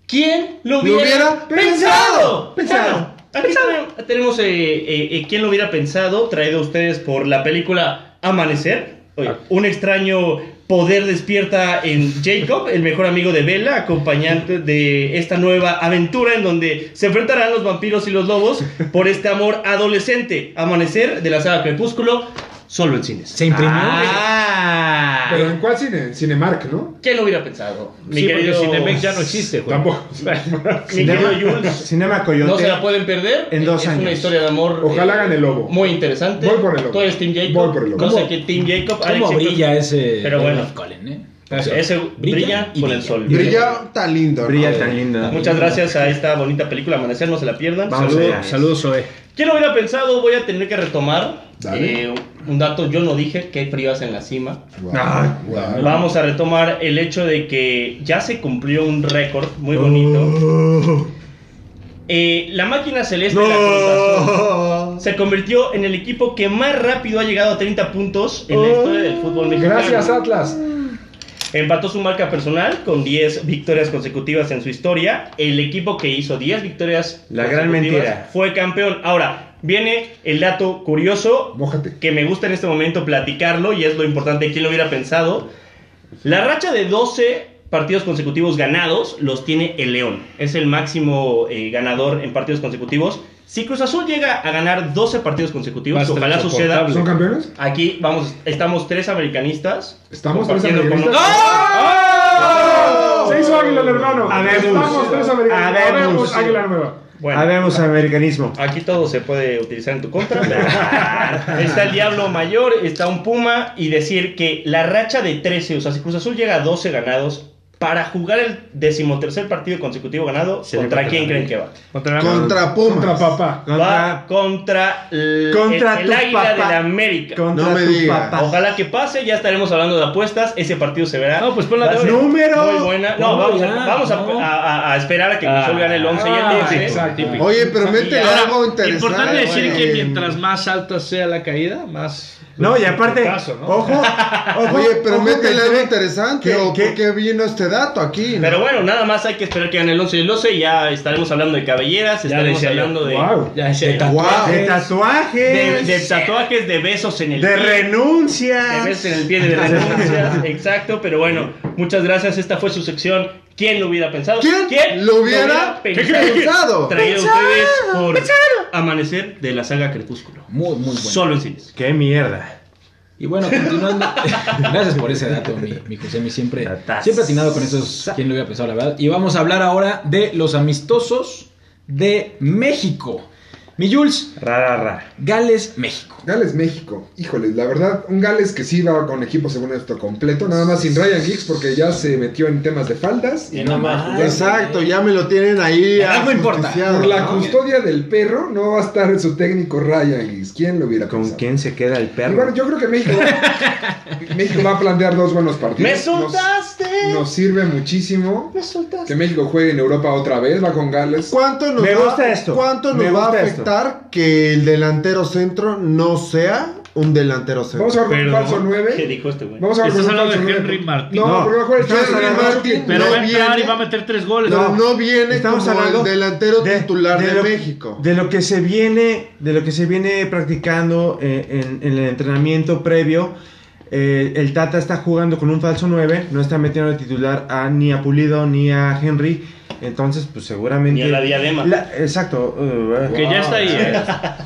[SPEAKER 3] ¿Quién lo
[SPEAKER 7] Lo
[SPEAKER 3] hubiera,
[SPEAKER 7] hubiera
[SPEAKER 3] pensado?
[SPEAKER 7] pensado.
[SPEAKER 3] Bueno, aquí también tenemos eh, eh, eh, ¿Quién lo hubiera pensado? Traído a ustedes por la película Amanecer. Oye,
[SPEAKER 6] Ah.
[SPEAKER 3] un extraño poder despierta en Jacob, el mejor amigo de Bella, acompañante de esta nueva aventura en donde se enfrentarán los vampiros y los lobos por este amor adolescente. Amanecer de la saga Crepúsculo. solo en cines.
[SPEAKER 6] Se imprimió.
[SPEAKER 4] Ah.
[SPEAKER 2] Pero en cuál cine? Cinemark, ¿no?
[SPEAKER 3] ¿Quién lo hubiera pensado? Mi
[SPEAKER 8] Sí, porque
[SPEAKER 3] querido,
[SPEAKER 8] Cinemex ya no existe, güey.
[SPEAKER 2] Tampoco.
[SPEAKER 3] mi querido
[SPEAKER 4] Cinema,
[SPEAKER 3] Jules,
[SPEAKER 4] Cinema Coyote.
[SPEAKER 3] no se la pueden perder.
[SPEAKER 4] En dos
[SPEAKER 3] es
[SPEAKER 4] años.
[SPEAKER 3] una historia de amor.
[SPEAKER 2] Ojalá
[SPEAKER 3] eh,
[SPEAKER 2] hagan el lobo.
[SPEAKER 3] Muy interesante.
[SPEAKER 2] Voy por el lobo.
[SPEAKER 3] Tú eres Team Jacob.
[SPEAKER 2] Voy por el lobo.
[SPEAKER 3] No sé
[SPEAKER 2] ¿Cómo-
[SPEAKER 3] qué Team Jacob.
[SPEAKER 6] ¿Cómo
[SPEAKER 3] Alex,
[SPEAKER 6] brilla ese
[SPEAKER 3] Pero bueno.
[SPEAKER 6] Leonard Cohen, eh?
[SPEAKER 3] Ese brilla,
[SPEAKER 6] y
[SPEAKER 3] con el sol.
[SPEAKER 7] Brilla tan lindo. ¿no?
[SPEAKER 4] Brilla tan lindo.
[SPEAKER 3] Muchas gracias a esta bonita película Amanecer, no se la pierdan.
[SPEAKER 4] Vamos
[SPEAKER 3] Saludos.
[SPEAKER 4] allá.
[SPEAKER 8] Saludos, Zoe.
[SPEAKER 3] ¿Quién lo hubiera pensado? Voy a tener que retomar
[SPEAKER 2] Dale.
[SPEAKER 3] eh, un dato. Yo no dije que hay privas en la cima.
[SPEAKER 2] Wow,
[SPEAKER 4] Ah,
[SPEAKER 2] wow.
[SPEAKER 3] Vamos a retomar el hecho de que ya se cumplió un récord muy bonito.
[SPEAKER 4] Oh.
[SPEAKER 3] Eh, la máquina celeste de la Cruz Azul se convirtió en el equipo que más rápido ha llegado a 30 puntos en la
[SPEAKER 4] Oh.
[SPEAKER 3] historia del fútbol mexicano.
[SPEAKER 2] Gracias, Atlas.
[SPEAKER 3] Empató su marca personal con 10 victorias consecutivas en su historia. El equipo que hizo 10 victorias
[SPEAKER 4] La gran
[SPEAKER 3] consecutivas
[SPEAKER 4] mentira.
[SPEAKER 3] fue campeón. Ahora, viene el dato curioso
[SPEAKER 2] Mójate.
[SPEAKER 3] que me gusta en este momento platicarlo y es lo importante, quién lo hubiera pensado. La racha de 12 partidos consecutivos ganados los tiene el León. Es el máximo eh, ganador en partidos consecutivos. Si Cruz Azul llega a ganar 12 partidos consecutivos,
[SPEAKER 8] Va a estar
[SPEAKER 3] ojalá suceda.
[SPEAKER 8] insoportable.
[SPEAKER 2] ¿Son campeones?
[SPEAKER 3] Aquí vamos, estamos tres americanistas.
[SPEAKER 2] Estamos tres
[SPEAKER 3] compartiendo con ¡Ah!
[SPEAKER 2] americanistas. ¡Ah!
[SPEAKER 3] ¡Oh!
[SPEAKER 2] Se hizo águila el hermano.
[SPEAKER 4] Habemos.
[SPEAKER 2] Estamos tres americanos.
[SPEAKER 4] Habemos.
[SPEAKER 2] Habemos águila nueva.
[SPEAKER 3] Bueno,
[SPEAKER 4] Habemos americanismo.
[SPEAKER 3] aquí todo se puede utilizar en tu contra. está el Diablo Mayor, está un Puma y decir que la racha de 13, o sea, si Cruz Azul llega a 12 ganados, para jugar el decimotercer partido consecutivo ganado,
[SPEAKER 4] Se le va
[SPEAKER 3] ¿contra
[SPEAKER 4] a
[SPEAKER 3] quién
[SPEAKER 4] ganar.
[SPEAKER 3] creen que va?
[SPEAKER 4] Contra,
[SPEAKER 2] Contra
[SPEAKER 7] Contra Pumas.
[SPEAKER 2] papá.
[SPEAKER 3] Va contra el,
[SPEAKER 4] Contra
[SPEAKER 3] el- el
[SPEAKER 4] tu
[SPEAKER 3] Águila
[SPEAKER 4] papá.
[SPEAKER 3] de la América.
[SPEAKER 4] contra
[SPEAKER 7] No me
[SPEAKER 4] tu
[SPEAKER 7] diga.
[SPEAKER 4] papá.
[SPEAKER 3] Ojalá que pase, ya estaremos hablando de apuestas. Ese partido se verá.
[SPEAKER 8] No, pues pon la
[SPEAKER 3] Va a
[SPEAKER 8] de
[SPEAKER 3] ser
[SPEAKER 4] hoy. Número.
[SPEAKER 3] Muy buena. No,
[SPEAKER 6] No,
[SPEAKER 3] vamos,
[SPEAKER 6] ya,
[SPEAKER 3] a, vamos a,
[SPEAKER 6] no.
[SPEAKER 3] a- a- a esperar a que Cruz
[SPEAKER 8] Ah.
[SPEAKER 3] Azul gane el 11 y el ¿eh? 12.
[SPEAKER 2] exacto.
[SPEAKER 8] Típico.
[SPEAKER 7] Oye, pero mete
[SPEAKER 3] Y ahora,
[SPEAKER 7] algo interesante.
[SPEAKER 8] Importante decir
[SPEAKER 7] güey.
[SPEAKER 8] que mientras más alta sea la caída, más.
[SPEAKER 4] No, y aparte,
[SPEAKER 8] Caso, ¿no?
[SPEAKER 4] ojo, ojo.
[SPEAKER 7] Oye, pero
[SPEAKER 4] ojo que
[SPEAKER 7] métele algo
[SPEAKER 4] entré-
[SPEAKER 7] interesante.
[SPEAKER 4] que-
[SPEAKER 7] ¿O
[SPEAKER 4] que-
[SPEAKER 7] por qué vino este dato aquí?
[SPEAKER 3] Pero bueno, nada más hay que esperar que gane el 11 y el 12 y ya estaremos hablando de cabelleras, estaremos
[SPEAKER 8] decía yo.
[SPEAKER 3] hablando de,
[SPEAKER 2] Wow.
[SPEAKER 6] Ya decía,
[SPEAKER 7] Guau.
[SPEAKER 4] De
[SPEAKER 3] de,
[SPEAKER 4] tatuajes.
[SPEAKER 3] de tatuajes, de besos en el
[SPEAKER 4] de
[SPEAKER 3] pie,
[SPEAKER 4] renuncias.
[SPEAKER 3] de besos en el pie, de renuncias, exacto, pero bueno, muchas gracias, esta fue su sección. ¿Quién lo hubiera pensado?
[SPEAKER 7] ¿Quién lo hubiera pensado?
[SPEAKER 3] Traído ustedes por Amanecer de la saga Crepúsculo.
[SPEAKER 6] Muy, muy bueno.
[SPEAKER 3] Solo en cines.
[SPEAKER 4] Qué mierda.
[SPEAKER 6] Y bueno, continuando. Gracias por ese dato, mi, mi José. Mi siempre,
[SPEAKER 4] Datazo.
[SPEAKER 6] siempre atinado con esos. ¿Quién lo hubiera pensado, la verdad? Y vamos a hablar ahora de los amistosos de México. Mi Jules,
[SPEAKER 4] Ra, ra, ra.
[SPEAKER 6] Gales, México.
[SPEAKER 2] Gales México, híjoles, la verdad, un Gales que sí va con equipo según esto completo, nada más sin Ryan Giggs porque ya se metió en temas de faltas.
[SPEAKER 6] Ya nada más.
[SPEAKER 2] jugó.
[SPEAKER 7] Exacto, ya me lo tienen ahí.
[SPEAKER 6] Algo importa.
[SPEAKER 7] ajusticiado,
[SPEAKER 2] Por la
[SPEAKER 7] ¿no?
[SPEAKER 2] custodia del perro no va a estar su técnico Ryan Giggs. ¿Quién lo hubiera
[SPEAKER 4] ¿Con
[SPEAKER 2] pensado?
[SPEAKER 4] quién se queda el
[SPEAKER 2] Y
[SPEAKER 4] perro?
[SPEAKER 2] bueno, yo creo que México va, México va a plantear dos buenos partidos.
[SPEAKER 3] ¡Me soltaste!
[SPEAKER 2] Nos, nos sirve muchísimo
[SPEAKER 3] ¡Me soltaste!
[SPEAKER 2] que México juegue en Europa otra vez, va con Gales.
[SPEAKER 7] ¿Cuánto nos
[SPEAKER 4] Me
[SPEAKER 7] va,
[SPEAKER 4] gusta esto.
[SPEAKER 7] ¿cuánto nos
[SPEAKER 4] Me
[SPEAKER 7] va a
[SPEAKER 4] gusta esto.
[SPEAKER 7] afectar que el delantero centro no sea un delantero centro?
[SPEAKER 2] Vamos a jugar con un
[SPEAKER 8] Perdón.
[SPEAKER 2] falso
[SPEAKER 3] ¿Qué
[SPEAKER 2] 9.
[SPEAKER 3] dijo este güey?
[SPEAKER 2] Vamos a jugar con
[SPEAKER 8] Estás
[SPEAKER 2] un
[SPEAKER 8] hablando
[SPEAKER 2] falso
[SPEAKER 8] de
[SPEAKER 2] 9.
[SPEAKER 8] Henry Martín.
[SPEAKER 2] No,
[SPEAKER 4] No,
[SPEAKER 2] porque va a jugar el
[SPEAKER 7] estás
[SPEAKER 2] Henry
[SPEAKER 7] hablando de
[SPEAKER 2] Martin.
[SPEAKER 8] Pero
[SPEAKER 7] No
[SPEAKER 8] va a entrar
[SPEAKER 7] viene.
[SPEAKER 8] y va a meter tres goles.
[SPEAKER 7] Pero
[SPEAKER 4] No,
[SPEAKER 7] no viene
[SPEAKER 4] Estamos
[SPEAKER 7] como
[SPEAKER 4] hablando
[SPEAKER 7] el delantero
[SPEAKER 4] de-
[SPEAKER 7] titular de,
[SPEAKER 4] lo-
[SPEAKER 7] México.
[SPEAKER 4] De lo que se viene, de lo que se viene practicando eh, en, en el entrenamiento previo. eh, el Tata está jugando con un falso 9, no está metiendo de titular a, ni a Pulido ni a Henry. Entonces, pues seguramente.
[SPEAKER 3] Ni a la diadema.
[SPEAKER 4] La- exacto. uh,
[SPEAKER 8] Que ya está ahí, eh.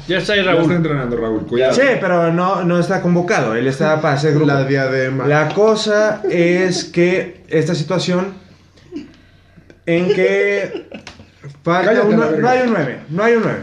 [SPEAKER 8] Ya está ahí,
[SPEAKER 2] Ya está
[SPEAKER 8] Raúl.
[SPEAKER 2] entrenando Raúl, cuidado.
[SPEAKER 4] Sí, pero no, no está convocado. Él está para ese grupo.
[SPEAKER 7] la diadema.
[SPEAKER 4] La cosa es que esta situación en que falta
[SPEAKER 2] Cállate,
[SPEAKER 4] un-
[SPEAKER 2] la verga.
[SPEAKER 4] no hay un 9, no hay un 9.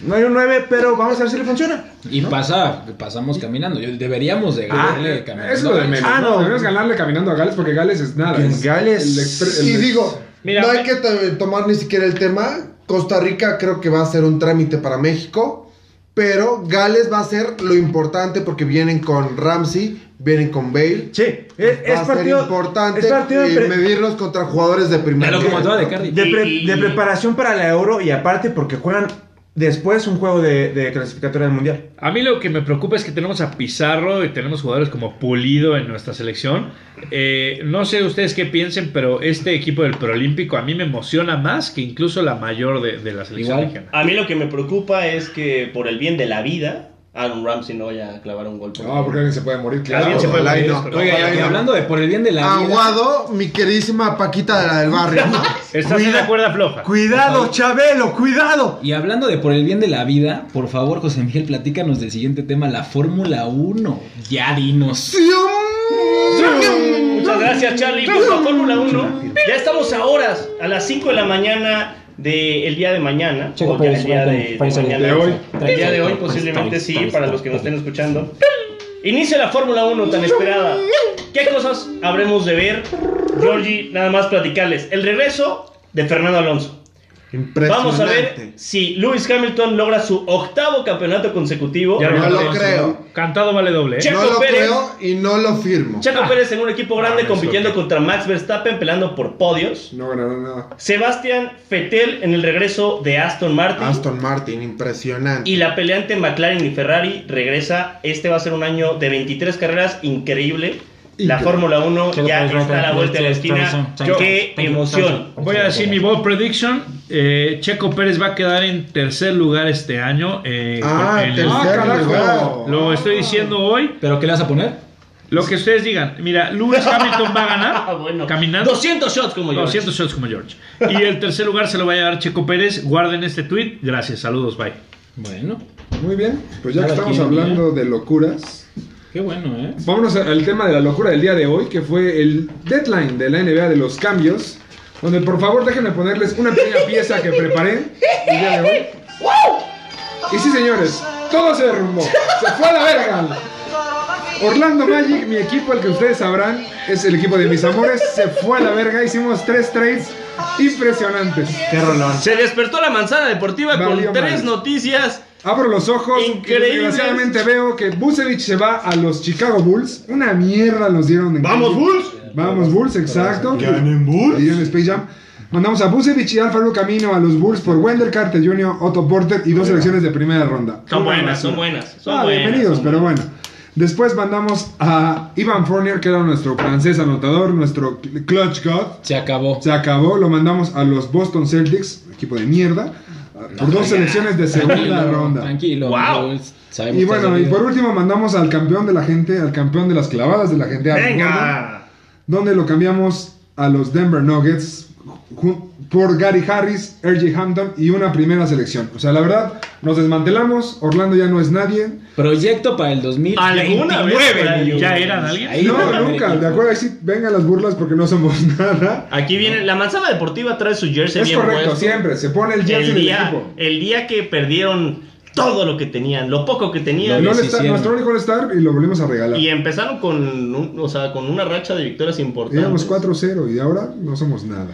[SPEAKER 4] No hay un 9, pero vamos a ver si le funciona.
[SPEAKER 6] Y pasa, pasamos caminando. Yo- Deberíamos de eh, ganarle caminando.
[SPEAKER 2] Es lo de menos.
[SPEAKER 4] Ah,
[SPEAKER 2] ¿no?
[SPEAKER 4] no.
[SPEAKER 2] Debemos ganarle caminando a Gales porque Gales es nada.
[SPEAKER 4] En
[SPEAKER 2] es
[SPEAKER 4] Gales-
[SPEAKER 2] el expre- el-
[SPEAKER 4] eh,
[SPEAKER 7] y digo,
[SPEAKER 8] Mira,
[SPEAKER 7] no hay
[SPEAKER 8] me-
[SPEAKER 7] que to- tomar ni siquiera el tema. Costa Rica creo que va a ser un trámite para México, pero Gales va a ser lo importante porque vienen con Ramsey, vienen con Bale.
[SPEAKER 4] Sí, es, es
[SPEAKER 7] va a
[SPEAKER 4] partido
[SPEAKER 7] ser importante
[SPEAKER 4] Es partido de,
[SPEAKER 7] eh,
[SPEAKER 4] pre-
[SPEAKER 7] medirlos contra jugadores de
[SPEAKER 6] La
[SPEAKER 7] primera.
[SPEAKER 6] locomotora de Cardi.
[SPEAKER 4] de pre-
[SPEAKER 3] Y-
[SPEAKER 4] de preparación para la Euro y aparte porque juegan después un juego de, de clasificatoria del Mundial.
[SPEAKER 8] A mí lo que me preocupa es que tenemos a Pizarro y tenemos jugadores como Pulido en nuestra selección. Eh, no sé ustedes qué piensen, pero este equipo del Prolímpico a mí me emociona más que incluso la mayor de, de la selección
[SPEAKER 6] Igual.
[SPEAKER 8] mexicana.
[SPEAKER 3] A mí lo que me preocupa es que por el bien de la vida, Aaron Ramsey no vaya a clavar un gol. por-
[SPEAKER 2] No, porque alguien se puede morir, claro.
[SPEAKER 5] Alguien se puede
[SPEAKER 2] Ojalá y
[SPEAKER 5] morir,
[SPEAKER 2] no.
[SPEAKER 5] es correcto.
[SPEAKER 6] Oiga,
[SPEAKER 7] Ojalá
[SPEAKER 6] y
[SPEAKER 7] y no.
[SPEAKER 6] hablando de por el bien de la vida.
[SPEAKER 7] Aguado, mi queridísima Paquita de la del barrio.
[SPEAKER 5] Estás en
[SPEAKER 7] Cuida-
[SPEAKER 5] la cuerda floja.
[SPEAKER 4] Cuidado, Chabelo, cuidado.
[SPEAKER 6] Y hablando de por el bien de la vida, por favor, José Miguel, platícanos del siguiente tema, la Fórmula 1. Ya dinos.
[SPEAKER 3] Muchas gracias, Charlie. Pues la Fórmula 1. Ya estamos a horas, a las 5 de la mañana del día de mañana.
[SPEAKER 9] Checo
[SPEAKER 3] o ya
[SPEAKER 9] Pérez,
[SPEAKER 3] el día de,
[SPEAKER 9] Pérez, Pérez,
[SPEAKER 3] de mañana.
[SPEAKER 2] de hoy.
[SPEAKER 3] El día de hoy, posiblemente sí, para los que nos estén escuchando. Inicia la Fórmula 1 tan esperada. ¿Qué cosas habremos de ver? Georgie, nada más platicarles. El regreso de Fernando Alonso.
[SPEAKER 7] Impresionante.
[SPEAKER 3] Vamos a ver si Lewis Hamilton logra su octavo campeonato consecutivo.
[SPEAKER 5] Ya
[SPEAKER 7] No lo
[SPEAKER 5] Entonces,
[SPEAKER 7] creo.
[SPEAKER 5] Cantado vale doble, ¿eh?
[SPEAKER 3] Checo
[SPEAKER 7] No lo
[SPEAKER 3] Pérez.
[SPEAKER 7] creo y no lo firmo.
[SPEAKER 3] Checo Pérez en un equipo grande
[SPEAKER 5] Ah,
[SPEAKER 3] compitiendo
[SPEAKER 5] suerte.
[SPEAKER 3] contra Max Verstappen, peleando por podios.
[SPEAKER 2] No ganará nada.
[SPEAKER 3] Sebastián Fettel en el regreso de Aston Martin.
[SPEAKER 7] Aston Martin, impresionante.
[SPEAKER 3] Y la pelea entre McLaren y Ferrari regresa. Este va a ser un año de 23 carreras increíble. La
[SPEAKER 2] Increíble.
[SPEAKER 3] Fórmula 1
[SPEAKER 9] Checo
[SPEAKER 3] ya
[SPEAKER 9] Pérez,
[SPEAKER 3] está a la
[SPEAKER 9] Checo
[SPEAKER 3] vuelta de la
[SPEAKER 9] Pérez,
[SPEAKER 6] Este,
[SPEAKER 3] esquina.
[SPEAKER 9] Thompson, Thompson,
[SPEAKER 3] ¡Qué
[SPEAKER 9] Thompson,
[SPEAKER 3] emoción!
[SPEAKER 9] Thompson.
[SPEAKER 5] Voy a decir mi bold prediction. Eh, Checo Pérez va a quedar en tercer lugar este año. eh,
[SPEAKER 7] Ah,
[SPEAKER 5] con el-
[SPEAKER 7] tercer
[SPEAKER 2] Ah, carajo.
[SPEAKER 7] lugar.
[SPEAKER 5] Lo estoy diciendo hoy.
[SPEAKER 6] ¿Pero qué le vas a poner?
[SPEAKER 5] Lo que ustedes digan. Mira, Lewis Hamilton va a
[SPEAKER 3] Ah,
[SPEAKER 5] ganar.
[SPEAKER 3] bueno.
[SPEAKER 5] Caminando.
[SPEAKER 3] 200 shots como yo.
[SPEAKER 5] 200 shots como George. Y el tercer lugar se lo va a llevar Checo Pérez. Guarden este tweet. Gracias, saludos, bye.
[SPEAKER 6] Bueno,
[SPEAKER 2] Muy bien, pues ya que
[SPEAKER 6] Cada
[SPEAKER 2] estamos
[SPEAKER 6] quien,
[SPEAKER 7] ¿eh?
[SPEAKER 2] hablando de locuras,
[SPEAKER 6] qué bueno, ¿eh?
[SPEAKER 2] vámonos a- al tema de la locura del día de hoy, que fue el deadline de la NBA de los cambios, donde por favor déjenme ponerles una pequeña pieza que preparé el día de hoy. Y sí, señores, todo se derrumbó, se fue a la verga. Orlando Magic, mi equipo, el que ustedes sabrán, es el equipo de mis amores, se fue a la verga, hicimos tres trades impresionantes.
[SPEAKER 7] Qué rolón.
[SPEAKER 3] Se despertó la manzana deportiva
[SPEAKER 2] Valió
[SPEAKER 3] con tres
[SPEAKER 2] madre.
[SPEAKER 3] noticias.
[SPEAKER 2] Abro los ojos
[SPEAKER 3] Increíble.
[SPEAKER 2] y desgraciadamente veo que Busevich se va a los Chicago Bulls. Una mierda los dieron en
[SPEAKER 3] ¡Vamos, Bulls!
[SPEAKER 2] Vamos Bulls, exacto.
[SPEAKER 7] Ganen Bulls.
[SPEAKER 2] Le dieron Space Jam. Mandamos a Busevich y Alfaro Camino a los Bulls por Wendell Carter Jr., Otto Porter y dos selecciones de primera ronda.
[SPEAKER 3] Son
[SPEAKER 2] Una
[SPEAKER 3] buenas,
[SPEAKER 2] basura.
[SPEAKER 3] son buenas. Son
[SPEAKER 2] Ah,
[SPEAKER 3] buenas,
[SPEAKER 2] bienvenidos,
[SPEAKER 3] son
[SPEAKER 2] pero bueno. Después mandamos a Ivan Fournier, que era nuestro francés anotador, nuestro cl- clutch god.
[SPEAKER 6] Se acabó.
[SPEAKER 2] Se acabó, lo mandamos a los Boston Celtics, equipo de mierda, por dos selecciones de segunda
[SPEAKER 6] Tranquilo,
[SPEAKER 2] ronda.
[SPEAKER 6] Tranquilo.
[SPEAKER 3] Wow.
[SPEAKER 6] Bulls, sabemos
[SPEAKER 2] Y
[SPEAKER 6] que
[SPEAKER 2] bueno,
[SPEAKER 6] has
[SPEAKER 2] y
[SPEAKER 6] venido.
[SPEAKER 2] por último mandamos al campeón de la gente, al campeón de las clavadas de la gente. Aaron Gordon,
[SPEAKER 5] Venga.
[SPEAKER 2] donde lo cambiamos a los Denver Nuggets ju- por Gary Harris, RJ Hampton y una primera selección. O sea, la verdad, nos desmantelamos, Orlando ya no es nadie.
[SPEAKER 6] Proyecto para el 2000.
[SPEAKER 5] ¿Alguna vez ya eran alguien?
[SPEAKER 6] Ahí va a
[SPEAKER 2] no,
[SPEAKER 6] haber
[SPEAKER 2] nunca,
[SPEAKER 6] equipo.
[SPEAKER 2] de acuerdo, ahí sí, vengan las burlas porque no somos nada.
[SPEAKER 3] Aquí viene. La manzana deportiva trae su jersey
[SPEAKER 2] Es
[SPEAKER 3] bien
[SPEAKER 2] correcto,
[SPEAKER 3] puesto.
[SPEAKER 2] siempre, se pone el jersey
[SPEAKER 3] El
[SPEAKER 2] del
[SPEAKER 3] día,
[SPEAKER 2] equipo.
[SPEAKER 3] el día que perdieron todo lo que tenían, lo poco que tenían.
[SPEAKER 2] No le
[SPEAKER 6] deshicieron.
[SPEAKER 2] está, nuestro único estar y lo volvimos a regalar.
[SPEAKER 3] Y empezaron con, un- o sea, con una racha de victorias importantes.
[SPEAKER 2] Éramos 4-0 y ahora no somos nada.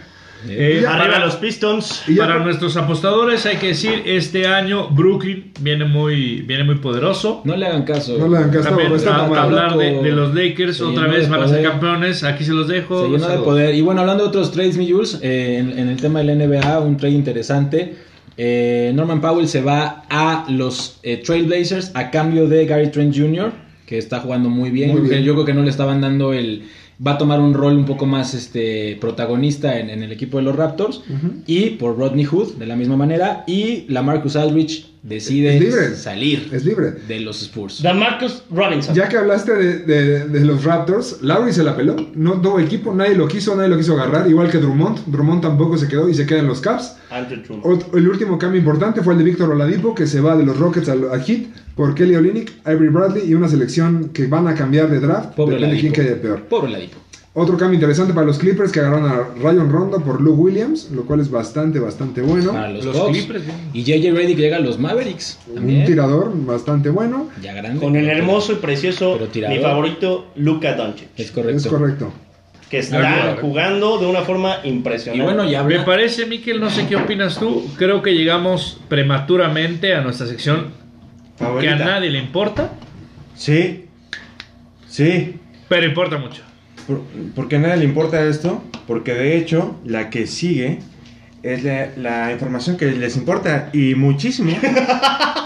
[SPEAKER 5] Eh,
[SPEAKER 3] Arriba
[SPEAKER 5] para-
[SPEAKER 3] los Pistons.
[SPEAKER 2] Y ya-
[SPEAKER 5] Para nuestros apostadores hay que decir, este año Brooklyn viene muy, viene muy poderoso.
[SPEAKER 6] No le hagan caso.
[SPEAKER 2] No le hagan caso,
[SPEAKER 5] También
[SPEAKER 2] está
[SPEAKER 5] a-
[SPEAKER 2] mamado.
[SPEAKER 5] hablar de,
[SPEAKER 6] loco.
[SPEAKER 5] de los Lakers,
[SPEAKER 6] Se
[SPEAKER 5] otra
[SPEAKER 6] llenó
[SPEAKER 5] vez
[SPEAKER 6] de
[SPEAKER 5] van a ser
[SPEAKER 6] poder.
[SPEAKER 5] campeones, aquí se los dejo.
[SPEAKER 6] Se llenó de
[SPEAKER 5] Saludos.
[SPEAKER 6] poder. Y bueno, hablando de otros trades, mi Jules, eh, en, en el tema del NBA, un trade interesante. Eh, Norman Powell se va a los eh, Trailblazers a cambio de Gary Trent Jr., que está jugando muy bien.
[SPEAKER 2] Muy
[SPEAKER 6] Yo creo que-
[SPEAKER 2] bien.
[SPEAKER 6] Yo creo que no le estaban dando el. Va a tomar un rol un poco más este, protagonista en, en el equipo de los Raptors. Y por Rodney Hood, de la misma manera. Y la Marcus Aldrich decide
[SPEAKER 2] Es libre.
[SPEAKER 6] salir
[SPEAKER 2] Es libre.
[SPEAKER 6] de los Spurs.
[SPEAKER 3] Damarcus Robinson.
[SPEAKER 2] Ya que hablaste de, de- de los Raptors, Lowry se la peló. No tuvo equipo, nadie lo quiso, nadie lo quiso agarrar. Igual que Drummond. Drummond tampoco se quedó y se queda en los Caps.
[SPEAKER 3] Andrew Truman.
[SPEAKER 2] Ot- el último cambio importante fue el de Víctor Oladipo, que se va de los Rockets al- a, Heat por Kelly Olynyk, Avery Bradley y una selección que van a cambiar de draft.
[SPEAKER 6] Pobre
[SPEAKER 2] depende de quién
[SPEAKER 6] Ladipo.
[SPEAKER 2] quede peor.
[SPEAKER 6] Pobre Ladipo.
[SPEAKER 2] Otro cambio interesante para los Clippers que agarraron a Ryan Rondo por Lou Williams, lo cual es bastante, bastante bueno.
[SPEAKER 6] Para los,
[SPEAKER 5] Los
[SPEAKER 6] Bucks.
[SPEAKER 5] Clippers, bien.
[SPEAKER 6] Y JJ Redick llega a los Mavericks.
[SPEAKER 2] Un
[SPEAKER 6] también.
[SPEAKER 2] tirador bastante bueno.
[SPEAKER 6] Ya grande.
[SPEAKER 3] Con el hermoso y precioso,
[SPEAKER 6] Pero tirador.
[SPEAKER 3] mi favorito, Luka Doncic.
[SPEAKER 6] Es correcto.
[SPEAKER 2] Es correcto.
[SPEAKER 3] Que está jugando de una forma impresionante.
[SPEAKER 6] Ah, Y bueno, ya
[SPEAKER 5] Me
[SPEAKER 6] habla.
[SPEAKER 5] parece, Miquel, no sé qué opinas tú. Creo que llegamos prematuramente a nuestra sección que a nadie le importa,
[SPEAKER 4] Sí. Sí.
[SPEAKER 5] pero importa mucho.
[SPEAKER 4] Por- porque a nadie le importa esto. Porque de hecho, la que sigue es la, la información que les importa y muchísimo.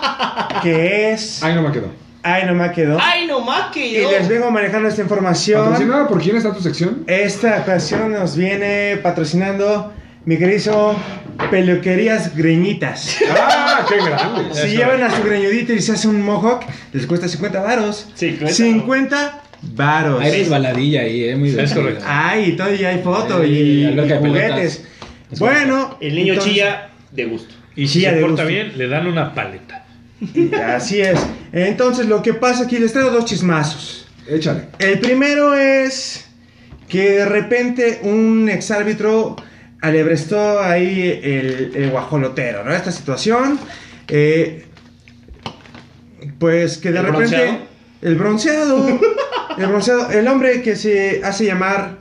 [SPEAKER 4] que es.
[SPEAKER 2] Ahí no me quedó.
[SPEAKER 4] Ay, no me quedó.
[SPEAKER 3] ¡Ay, no más
[SPEAKER 4] Y
[SPEAKER 3] que yo!
[SPEAKER 4] les vengo manejando esta información.
[SPEAKER 2] ¿Patrocinada por quién está tu sección?
[SPEAKER 4] Esta ocasión nos viene patrocinando mi querido peluquerías greñitas.
[SPEAKER 2] ¡Ah, qué grande!
[SPEAKER 4] Si llevan a su greñudito y se hace un mohawk, les cuesta 50 varos.
[SPEAKER 3] Sí, claro.
[SPEAKER 4] 50 varos.
[SPEAKER 6] Hay resbaladilla ahí, eh, muy bien.
[SPEAKER 5] Es correcto.
[SPEAKER 4] Ay, y todavía hay foto
[SPEAKER 6] Ay,
[SPEAKER 4] y, y
[SPEAKER 6] alberca de
[SPEAKER 4] juguetes. Bueno,
[SPEAKER 3] El niño
[SPEAKER 4] entonces-
[SPEAKER 3] chilla de gusto.
[SPEAKER 5] Y si
[SPEAKER 4] Chía
[SPEAKER 5] se
[SPEAKER 4] de
[SPEAKER 5] porta
[SPEAKER 4] gusto.
[SPEAKER 5] bien, le dan una paleta.
[SPEAKER 4] Así es. Entonces, lo que pasa aquí, les traigo dos chismazos.
[SPEAKER 2] Échale.
[SPEAKER 4] El primero es que de repente un exárbitro alebrestó ahí el, el guajolotero, ¿no? Esta situación. eh, pues que de
[SPEAKER 3] ¿El
[SPEAKER 4] repente.
[SPEAKER 3] bronceado?
[SPEAKER 4] El bronceado. El bronceado. El hombre que se hace llamar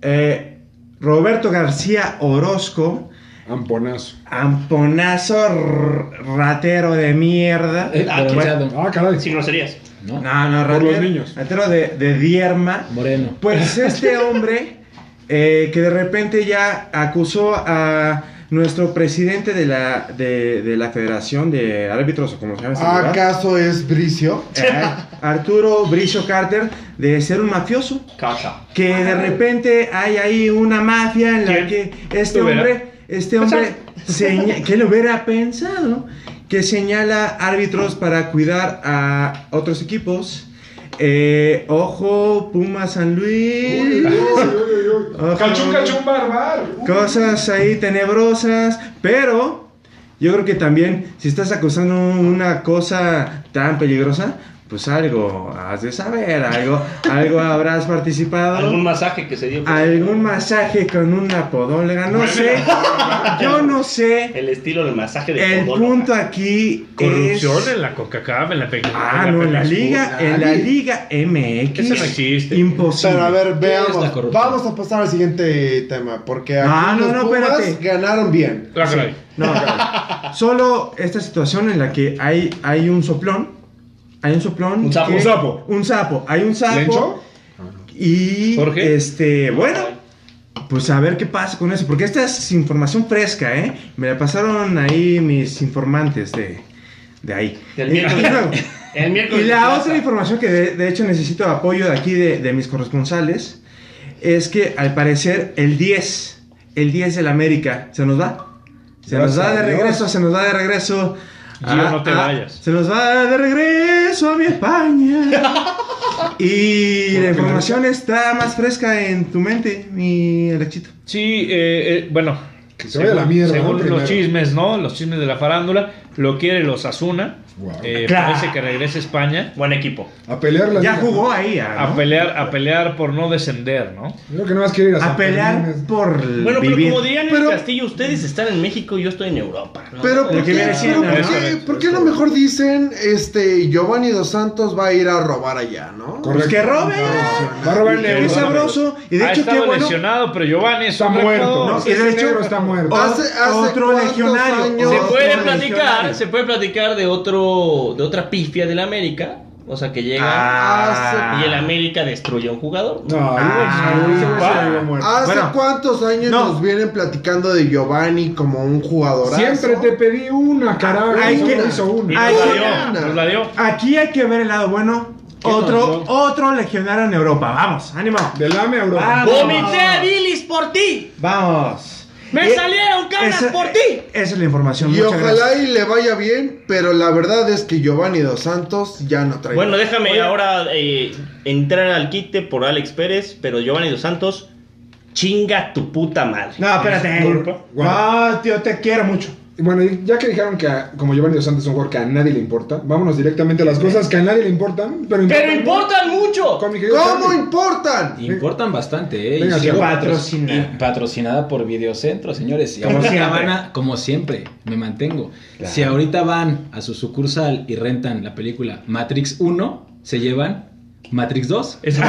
[SPEAKER 4] eh, Roberto García Orozco.
[SPEAKER 2] Amponazo.
[SPEAKER 4] Amponazo r- ratero de mierda.
[SPEAKER 6] Eh,
[SPEAKER 3] Ah,
[SPEAKER 6] pero
[SPEAKER 3] quizá.
[SPEAKER 6] bueno,
[SPEAKER 2] Ah, caray.
[SPEAKER 3] Sin groserías.
[SPEAKER 6] ¿no?
[SPEAKER 4] No, no,
[SPEAKER 2] Por
[SPEAKER 4] ratero,
[SPEAKER 2] los niños.
[SPEAKER 4] ratero de, de Dierma.
[SPEAKER 6] Moreno.
[SPEAKER 4] Pues este hombre eh, que de repente ya acusó a nuestro presidente de la, de, de la Federación de Árbitros, o como se llama
[SPEAKER 7] Ah,
[SPEAKER 4] ese lugar,
[SPEAKER 7] ¿Acaso es Bricio?
[SPEAKER 4] eh, Arturo Bricio Carter, de ser un mafioso.
[SPEAKER 3] Cacha.
[SPEAKER 4] Que de repente hay ahí una mafia en la
[SPEAKER 5] ¿Quién?
[SPEAKER 4] que este
[SPEAKER 5] Lo verá.
[SPEAKER 4] hombre, este hombre, seña- que lo hubiera pensado, que señala árbitros para cuidar a otros equipos. Eh, ojo, Puma San Luis. Ojo.
[SPEAKER 2] Cachun, cachun, barbar.
[SPEAKER 4] Cosas ahí tenebrosas, pero yo creo que también si estás acusando una cosa tan peligrosa, pues algo has de saber, algo, algo habrás participado.
[SPEAKER 3] Algún masaje que se dio.
[SPEAKER 4] Ah. Algún masaje con una podóloga, no sé. Yo no sé.
[SPEAKER 3] El estilo del masaje de
[SPEAKER 4] El
[SPEAKER 3] podóloga.
[SPEAKER 4] punto aquí
[SPEAKER 5] Corrupción
[SPEAKER 4] es.
[SPEAKER 5] en la Coca-Cola, en la Pe-
[SPEAKER 4] Ah,
[SPEAKER 5] en
[SPEAKER 4] no, en la
[SPEAKER 5] Pemex.
[SPEAKER 4] liga, en la liga MX.
[SPEAKER 5] Eso no existe.
[SPEAKER 4] Imposible.
[SPEAKER 7] Pero a ver,
[SPEAKER 6] es la
[SPEAKER 7] veamos.
[SPEAKER 6] corrupción?
[SPEAKER 7] Vamos a pasar al siguiente tema. Porque
[SPEAKER 4] Ah,
[SPEAKER 7] aquí
[SPEAKER 4] no,
[SPEAKER 7] los
[SPEAKER 4] no,
[SPEAKER 7] Pumas
[SPEAKER 4] espérate.
[SPEAKER 7] ganaron bien.
[SPEAKER 5] Ah, caray.
[SPEAKER 4] No, no. solo esta situación en la que hay, hay un soplón. Hay un soplón.
[SPEAKER 3] Un sapo.
[SPEAKER 4] que-
[SPEAKER 3] Un
[SPEAKER 2] sapo.
[SPEAKER 4] Un sapo. Hay un sapo.
[SPEAKER 2] ¿Lencho?
[SPEAKER 4] Y
[SPEAKER 5] Jorge.
[SPEAKER 4] este, bueno, pues a ver qué pasa con eso, porque esta es información fresca, ¿eh? Me la pasaron ahí mis informantes de, de ahí.
[SPEAKER 3] Del
[SPEAKER 4] Eh, y,
[SPEAKER 3] miércoles.
[SPEAKER 4] luego,
[SPEAKER 3] El
[SPEAKER 4] y
[SPEAKER 3] miércoles.
[SPEAKER 4] la
[SPEAKER 3] plaza.
[SPEAKER 4] otra información que de, de hecho necesito apoyo de aquí de, de mis corresponsales es que al parecer el 10, el 10 del América, se nos va. Se nos
[SPEAKER 2] Gracias
[SPEAKER 4] va de
[SPEAKER 2] a Dios.
[SPEAKER 4] regreso, se nos va de regreso. Ah,
[SPEAKER 5] Gio, no te vayas.
[SPEAKER 4] Se nos va de regreso a mi España. Y la información está más fresca en tu mente, mi Alexito.
[SPEAKER 5] Sí, eh, eh, bueno.
[SPEAKER 2] Que se vaya a la mierda,
[SPEAKER 5] según
[SPEAKER 2] ¿no? Primero.
[SPEAKER 5] los chismes, ¿no? Los chismes de la farándula. Lo quiere los Asuna. Eh,
[SPEAKER 2] Guau.
[SPEAKER 4] Claro.
[SPEAKER 5] Parece que regrese a España
[SPEAKER 3] Buen equipo.
[SPEAKER 2] A pelear la
[SPEAKER 4] Ya
[SPEAKER 2] liga.
[SPEAKER 4] jugó ahí, ¿ah,
[SPEAKER 5] a
[SPEAKER 4] ¿no?
[SPEAKER 5] pelear, a pelear por no descender, ¿no?
[SPEAKER 2] Yo creo que nada más quiere ir a
[SPEAKER 4] a
[SPEAKER 2] San
[SPEAKER 4] pelear
[SPEAKER 2] Fermín. ¿eh?
[SPEAKER 4] por
[SPEAKER 3] Bueno, pero
[SPEAKER 4] vivir.
[SPEAKER 3] como dirían en
[SPEAKER 7] Pero-
[SPEAKER 3] el castillo, ustedes están en México y yo estoy en Europa. ¿no?
[SPEAKER 7] Pero,
[SPEAKER 4] Lo
[SPEAKER 7] ¿por
[SPEAKER 4] que
[SPEAKER 7] qué,
[SPEAKER 4] viene
[SPEAKER 7] pero
[SPEAKER 4] siendo,
[SPEAKER 7] ¿por
[SPEAKER 4] ¿no?
[SPEAKER 7] qué-
[SPEAKER 5] Correcto,
[SPEAKER 7] por qué no mejor dicen este Giovanni Dos Santos va a ir a robar allá, no?
[SPEAKER 4] Pues que roben.
[SPEAKER 2] Va a robar el
[SPEAKER 4] Qué
[SPEAKER 2] León.
[SPEAKER 4] sabroso. Y de
[SPEAKER 5] ha
[SPEAKER 4] hecho, qué
[SPEAKER 5] estado
[SPEAKER 4] bueno.
[SPEAKER 5] Ah, lesionado, pero Giovanni es
[SPEAKER 2] Está
[SPEAKER 5] un
[SPEAKER 2] muerto.
[SPEAKER 5] refuerzo.
[SPEAKER 4] No,
[SPEAKER 2] No,
[SPEAKER 4] y de
[SPEAKER 2] ese
[SPEAKER 4] hecho-
[SPEAKER 2] negro está muerto.
[SPEAKER 4] Oh,
[SPEAKER 7] Hace- hace
[SPEAKER 4] otro
[SPEAKER 7] cuántos
[SPEAKER 4] legionario.
[SPEAKER 7] años-
[SPEAKER 4] Se
[SPEAKER 3] se puede
[SPEAKER 4] Otro
[SPEAKER 3] platicar,
[SPEAKER 4] legionario.
[SPEAKER 3] se puede platicar de otro, de otra pifia del América, o sea que llega
[SPEAKER 4] Ah.
[SPEAKER 3] y el América destruye a un jugador.
[SPEAKER 2] No, ahí
[SPEAKER 4] Ah,
[SPEAKER 2] va, ahí se va,
[SPEAKER 4] va. Ah,
[SPEAKER 2] se va muerto.
[SPEAKER 7] ¿Hace
[SPEAKER 4] Bueno.
[SPEAKER 7] cuántos años
[SPEAKER 4] No.
[SPEAKER 7] nos vienen platicando de Giovanni como un jugadorazo?
[SPEAKER 2] Siempre te pedí una, carajo.
[SPEAKER 4] Hay
[SPEAKER 2] Solo
[SPEAKER 4] que-
[SPEAKER 2] hizo una.
[SPEAKER 4] Ay,
[SPEAKER 5] Nos la dio,
[SPEAKER 7] Ana.
[SPEAKER 5] nos Pues la dio.
[SPEAKER 4] Aquí hay que ver el lado bueno. Otro, otro legionario en Europa. Vamos, ánimo.
[SPEAKER 2] Del AME a Europa.
[SPEAKER 4] Vamos.
[SPEAKER 3] ¡Vomité a bilis por ti!
[SPEAKER 4] Vamos.
[SPEAKER 3] ¡Me
[SPEAKER 4] Eh,
[SPEAKER 3] salieron canas
[SPEAKER 4] esa-
[SPEAKER 3] por ti!
[SPEAKER 4] Esa es la información.
[SPEAKER 7] Y
[SPEAKER 4] Muchas
[SPEAKER 7] ojalá
[SPEAKER 4] gracias.
[SPEAKER 7] y le vaya bien, pero la verdad es que Giovanni Dos Santos ya no trae.
[SPEAKER 3] Bueno, déjame ahora eh, entrar al quite por Alex Pérez, pero Giovanni dos Santos, chinga tu puta madre.
[SPEAKER 4] No, espérate.
[SPEAKER 2] Bueno.
[SPEAKER 4] No, tío, te quiero mucho.
[SPEAKER 2] Y Bueno, y ya que dijeron que a- como Giovanni Dos Santos es un jugador que a nadie le importa, vámonos directamente a las cosas que a nadie le importan, pero
[SPEAKER 3] Pero
[SPEAKER 2] importan.
[SPEAKER 3] importan mucho.
[SPEAKER 2] Con mi querido
[SPEAKER 7] ¿Cómo
[SPEAKER 2] Charlie.
[SPEAKER 7] importan?
[SPEAKER 6] Importan bastante, ¿eh?
[SPEAKER 2] Venga,
[SPEAKER 6] Y
[SPEAKER 2] sí,
[SPEAKER 6] luego-
[SPEAKER 4] patrocina.
[SPEAKER 6] y patrocinada por Videocentro, señores. Y
[SPEAKER 4] Como
[SPEAKER 6] ahorita
[SPEAKER 4] siempre.
[SPEAKER 6] van a- como siempre, me mantengo.
[SPEAKER 4] Claro.
[SPEAKER 6] Si ahorita van a su sucursal y rentan la película Matrix 1, se llevan Matrix 2.
[SPEAKER 5] Es-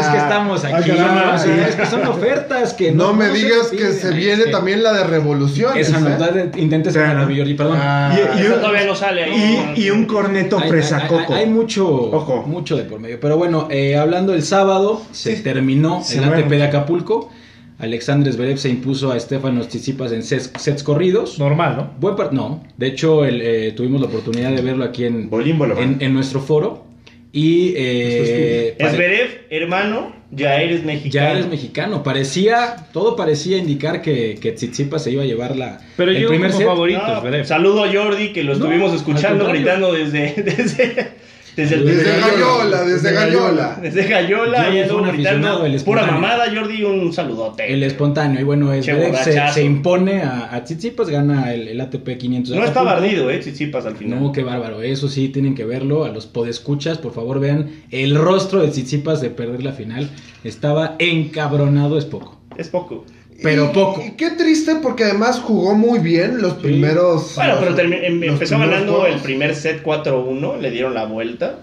[SPEAKER 6] Es que estamos
[SPEAKER 2] Ah,
[SPEAKER 6] aquí.
[SPEAKER 2] caramba,
[SPEAKER 6] o sea,
[SPEAKER 2] sí.
[SPEAKER 6] es que son ofertas que
[SPEAKER 7] No me
[SPEAKER 6] no
[SPEAKER 7] digas
[SPEAKER 6] piden.
[SPEAKER 7] que se
[SPEAKER 6] Es
[SPEAKER 7] viene
[SPEAKER 6] que
[SPEAKER 7] también la de revoluciones.
[SPEAKER 6] Esa no,
[SPEAKER 7] ¿eh? Ah.
[SPEAKER 6] dale, intentes
[SPEAKER 4] Claro.
[SPEAKER 6] con la Biorgi, perdón.
[SPEAKER 4] Y- y,
[SPEAKER 3] Eso
[SPEAKER 4] un-
[SPEAKER 3] todavía no sale ahí.
[SPEAKER 4] y- y un corneto
[SPEAKER 6] Hay- hay-
[SPEAKER 4] fresa coco.
[SPEAKER 6] Hay, hay mucho,
[SPEAKER 4] Ojo.
[SPEAKER 6] mucho de por medio. Pero bueno, eh, hablando el sábado, se terminó
[SPEAKER 4] Se
[SPEAKER 6] el
[SPEAKER 4] muere
[SPEAKER 6] ATP de Acapulco. Alexandre Zverev se impuso a Estefanos Tsitsipas en ses- sets corridos.
[SPEAKER 5] Normal, ¿no?
[SPEAKER 6] Buen par- no. De hecho, el, eh, tuvimos la oportunidad de verlo aquí en,
[SPEAKER 4] Bolín Bolobán.
[SPEAKER 6] en, en nuestro foro. Y eh, pare-
[SPEAKER 3] Esberev, hermano Ya eres mexicano.
[SPEAKER 6] Ya eres mexicano. Parecía, todo parecía indicar que, que Tsitsipas se iba a llevar la,
[SPEAKER 5] Pero
[SPEAKER 6] el
[SPEAKER 5] yo
[SPEAKER 6] primer
[SPEAKER 5] como
[SPEAKER 6] set.
[SPEAKER 5] favorito,
[SPEAKER 3] No,
[SPEAKER 5] veré.
[SPEAKER 3] saludo a Jordi, que lo
[SPEAKER 6] No,
[SPEAKER 3] estuvimos
[SPEAKER 6] al
[SPEAKER 3] escuchando
[SPEAKER 6] contrario.
[SPEAKER 3] gritando desde, desde, desde el
[SPEAKER 7] Desde
[SPEAKER 3] desde,
[SPEAKER 7] Gallola, desde Gallola.
[SPEAKER 3] Gallola,
[SPEAKER 6] Jordi
[SPEAKER 3] y
[SPEAKER 6] fue un
[SPEAKER 3] anduvo
[SPEAKER 6] aficionado,
[SPEAKER 3] gritando.
[SPEAKER 6] el
[SPEAKER 3] Pura
[SPEAKER 6] espontáneo.
[SPEAKER 3] mamada, Jordi, un saludote.
[SPEAKER 6] El espontáneo. Y bueno, es
[SPEAKER 3] Che,
[SPEAKER 6] Zverev se,
[SPEAKER 3] borrachazo.
[SPEAKER 6] se impone a, a Tsitsipas, gana el, el ATP 500. de
[SPEAKER 3] no está
[SPEAKER 6] Acapulco.
[SPEAKER 3] bardido, eh, Tsitsipas al final.
[SPEAKER 6] No, qué bárbaro. Eso sí, tienen que verlo. A los podescuchas, por favor, vean el rostro de Tsitsipas de perder la final. Estaba encabronado, es poco.
[SPEAKER 3] Es poco.
[SPEAKER 6] Pero
[SPEAKER 7] Y-
[SPEAKER 6] poco.
[SPEAKER 7] Y qué triste porque además jugó muy bien los primeros.
[SPEAKER 3] Bueno, pero termi- em-
[SPEAKER 7] los
[SPEAKER 3] empezó
[SPEAKER 7] primeros
[SPEAKER 3] ganando
[SPEAKER 7] juegos.
[SPEAKER 3] el primer set 4-1, le dieron la vuelta.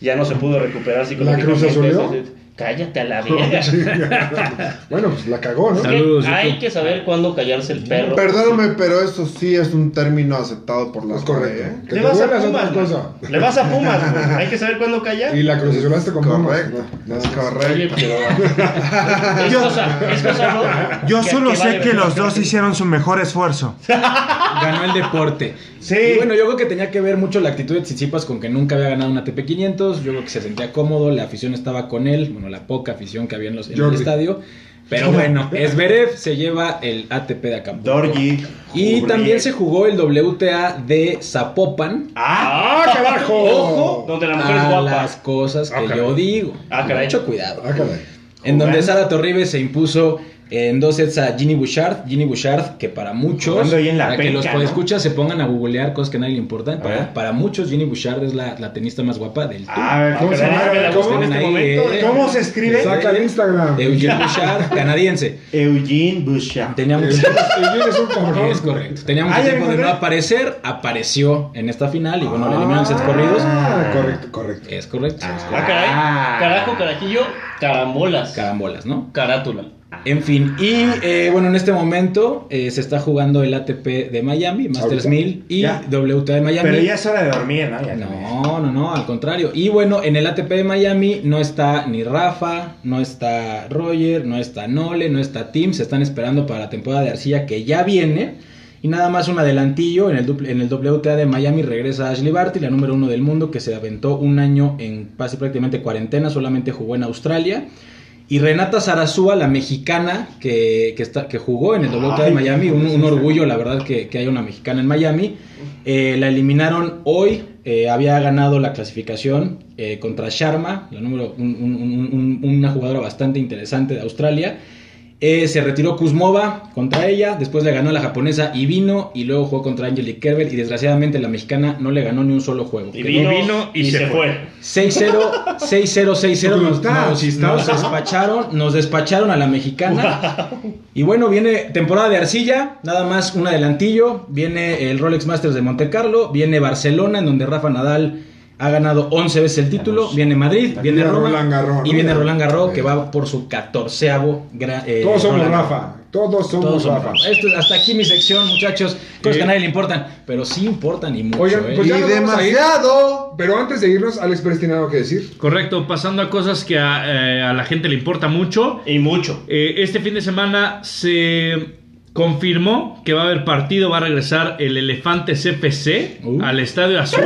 [SPEAKER 3] Ya no se pudo recuperar
[SPEAKER 2] Cruz
[SPEAKER 3] psicológicamente.
[SPEAKER 2] Azuleó?
[SPEAKER 3] Cállate a la verga.
[SPEAKER 2] Bueno, pues la cagó, ¿no?
[SPEAKER 3] Es que
[SPEAKER 5] Saludos,
[SPEAKER 3] hay
[SPEAKER 5] Yuko.
[SPEAKER 3] que saber cuándo callarse el perro.
[SPEAKER 7] Perdóname, pero eso sí es un término aceptado por la
[SPEAKER 2] Es
[SPEAKER 7] RAE, ¿eh?
[SPEAKER 2] correcto. Que
[SPEAKER 3] Le
[SPEAKER 2] te
[SPEAKER 3] vas a
[SPEAKER 2] duela es
[SPEAKER 3] Pumas.
[SPEAKER 2] otra cosa.
[SPEAKER 3] man. Le vas a Pumas. güey. Hay que saber cuándo callar.
[SPEAKER 2] Y la crucesuraste con Pumas.
[SPEAKER 7] Correcto.
[SPEAKER 2] No,
[SPEAKER 7] es
[SPEAKER 2] no, no.
[SPEAKER 3] Oye,
[SPEAKER 7] correcto.
[SPEAKER 3] pero. Es cosa, es cosa, ¿no?
[SPEAKER 9] Yo
[SPEAKER 3] Que-
[SPEAKER 9] solo
[SPEAKER 3] que
[SPEAKER 9] sé
[SPEAKER 3] vale
[SPEAKER 9] que
[SPEAKER 3] ver-
[SPEAKER 9] los dos hicieron su mejor esfuerzo.
[SPEAKER 6] Ganó el deporte.
[SPEAKER 9] Sí.
[SPEAKER 6] Y bueno, yo creo que tenía que ver mucho la actitud de Tsitsipas con que nunca había ganado una TP 500. Yo creo que se sentía cómodo, la afición estaba con él. Bueno, la poca afición que había en, los, en el
[SPEAKER 2] Jordi.
[SPEAKER 6] estadio. Pero bueno, Esberev se lleva el ATP de Acapulco.
[SPEAKER 3] Dorji.
[SPEAKER 6] Y
[SPEAKER 3] Jurriel.
[SPEAKER 6] también se jugó el WTA de Zapopan.
[SPEAKER 3] ¡Ah!
[SPEAKER 2] ¡Ah, carajo!
[SPEAKER 3] Ojo, donde la mujer es
[SPEAKER 6] a
[SPEAKER 3] guapa.
[SPEAKER 6] las cosas que
[SPEAKER 5] Ah, caray.
[SPEAKER 6] yo digo.
[SPEAKER 3] Ah, caray.
[SPEAKER 6] Mucho cuidado.
[SPEAKER 2] Ah, caray.
[SPEAKER 6] En donde Sara Torribes se impuso en dos sets a Ginny Bouchard. Ginny Bouchard, que para muchos,
[SPEAKER 8] Jugando ahí en la
[SPEAKER 6] para que
[SPEAKER 8] penca,
[SPEAKER 6] los
[SPEAKER 8] ¿no?
[SPEAKER 6] podescuchas se pongan a googlear cosas que a nadie le importan, para,
[SPEAKER 8] ver. Ah,
[SPEAKER 6] para muchos Ginny Bouchard es la, la tenista más guapa del tour.
[SPEAKER 8] A ver, ¿cómo se
[SPEAKER 3] Caray,
[SPEAKER 8] llama?
[SPEAKER 3] me la este.
[SPEAKER 6] ¿Cómo?
[SPEAKER 3] busqué en este
[SPEAKER 6] Ahí,
[SPEAKER 3] momento.
[SPEAKER 6] eh.
[SPEAKER 8] ¿Cómo se escribe?
[SPEAKER 2] Saca el Instagram.
[SPEAKER 6] Eugene Bouchard, canadiense.
[SPEAKER 8] Eugene Bouchard.
[SPEAKER 6] Tenía mucho
[SPEAKER 2] Eugene es Este, un cabrón.
[SPEAKER 6] Es correcto. Tenía mucho
[SPEAKER 8] Ah, ya me
[SPEAKER 6] tiempo de no
[SPEAKER 8] acordé.
[SPEAKER 6] aparecer, apareció en esta final y bueno, le eliminaron sets corridos. Eh,
[SPEAKER 2] Ah, correcto, correcto.
[SPEAKER 6] Es correcto. es
[SPEAKER 3] Ah,
[SPEAKER 6] correcto.
[SPEAKER 3] caray.
[SPEAKER 8] Ah.
[SPEAKER 3] Carajo, carajillo. Carambolas.
[SPEAKER 6] Carambolas, ¿no? Ah.
[SPEAKER 3] Carátula.
[SPEAKER 6] En fin, y
[SPEAKER 8] Ah,
[SPEAKER 6] eh, bueno, en este momento eh, se está jugando el ATP de Miami, Masters
[SPEAKER 2] Ahorita.
[SPEAKER 6] 1000 y
[SPEAKER 8] Ya.
[SPEAKER 6] WTA de Miami.
[SPEAKER 8] Pero ya es hora de dormir, ¿no? Ya
[SPEAKER 6] No, no, no, al contrario. Y bueno, en el ATP de Miami no está ni Rafa, no está Roger, no está Nole, no está Tim. Se están esperando para la temporada de arcilla que ya viene. Y nada más un adelantillo, en el, dupl- en el WTA de Miami regresa Ashley Barty, la número uno del mundo, que se aventó un año en casi prácticamente cuarentena, solamente jugó en Australia. Y Renata Sarazúa, la mexicana que, que, está, que jugó en el WTA de Miami, un, un orgullo, la verdad, que, que haya una mexicana en Miami. Eh, la eliminaron hoy, eh, había ganado la clasificación eh, contra Sharma, la número, un- un- un- un- una jugadora bastante interesante de Australia. Eh, se retiró Kuzmova contra ella, después le ganó a la japonesa Ibino y luego jugó contra Angelique Kerber y desgraciadamente la mexicana no le ganó ni un solo juego.
[SPEAKER 3] Y
[SPEAKER 6] Quedó
[SPEAKER 3] vino,
[SPEAKER 8] vino
[SPEAKER 3] y, se, fue.
[SPEAKER 6] 6-0, 6-0, 6-0. Nos,
[SPEAKER 2] Brutal,
[SPEAKER 6] nos-
[SPEAKER 2] chistoso,
[SPEAKER 6] nos
[SPEAKER 2] ¿no?
[SPEAKER 6] despacharon, nos despacharon a la mexicana. Y bueno, viene temporada de arcilla, nada más un adelantillo. Viene el Rolex Masters de Monte Carlo, viene Barcelona, en donde Rafa Nadal ha ganado 11 veces el título. Viene Madrid, viene
[SPEAKER 2] Viene
[SPEAKER 6] Roma
[SPEAKER 2] Roland Garros,
[SPEAKER 6] y
[SPEAKER 2] ¿no?
[SPEAKER 6] viene Roland Garros, que va por su 14avo. gra- eh,
[SPEAKER 2] Todos somos
[SPEAKER 6] Roland Garros.
[SPEAKER 2] Rafa. Todos somos
[SPEAKER 6] Todos somos
[SPEAKER 2] Rafa.
[SPEAKER 6] Rafa. Esto es hasta aquí mi sección, muchachos. Cosas que a nadie le importan, pero sí importan y mucho.
[SPEAKER 2] Oigan,
[SPEAKER 6] ¿eh?
[SPEAKER 2] pues
[SPEAKER 7] Y
[SPEAKER 2] ya nos vamos a ir.
[SPEAKER 7] demasiado.
[SPEAKER 2] Pero antes de irnos, Alex Pérez tiene algo que decir.
[SPEAKER 5] Correcto, pasando a cosas que a, eh, a la gente le importa mucho.
[SPEAKER 3] Y mucho.
[SPEAKER 5] Eh, este fin de semana se confirmó que va a haber partido, va a regresar el Elefante CFC
[SPEAKER 6] Uh.
[SPEAKER 5] al Estadio Azul.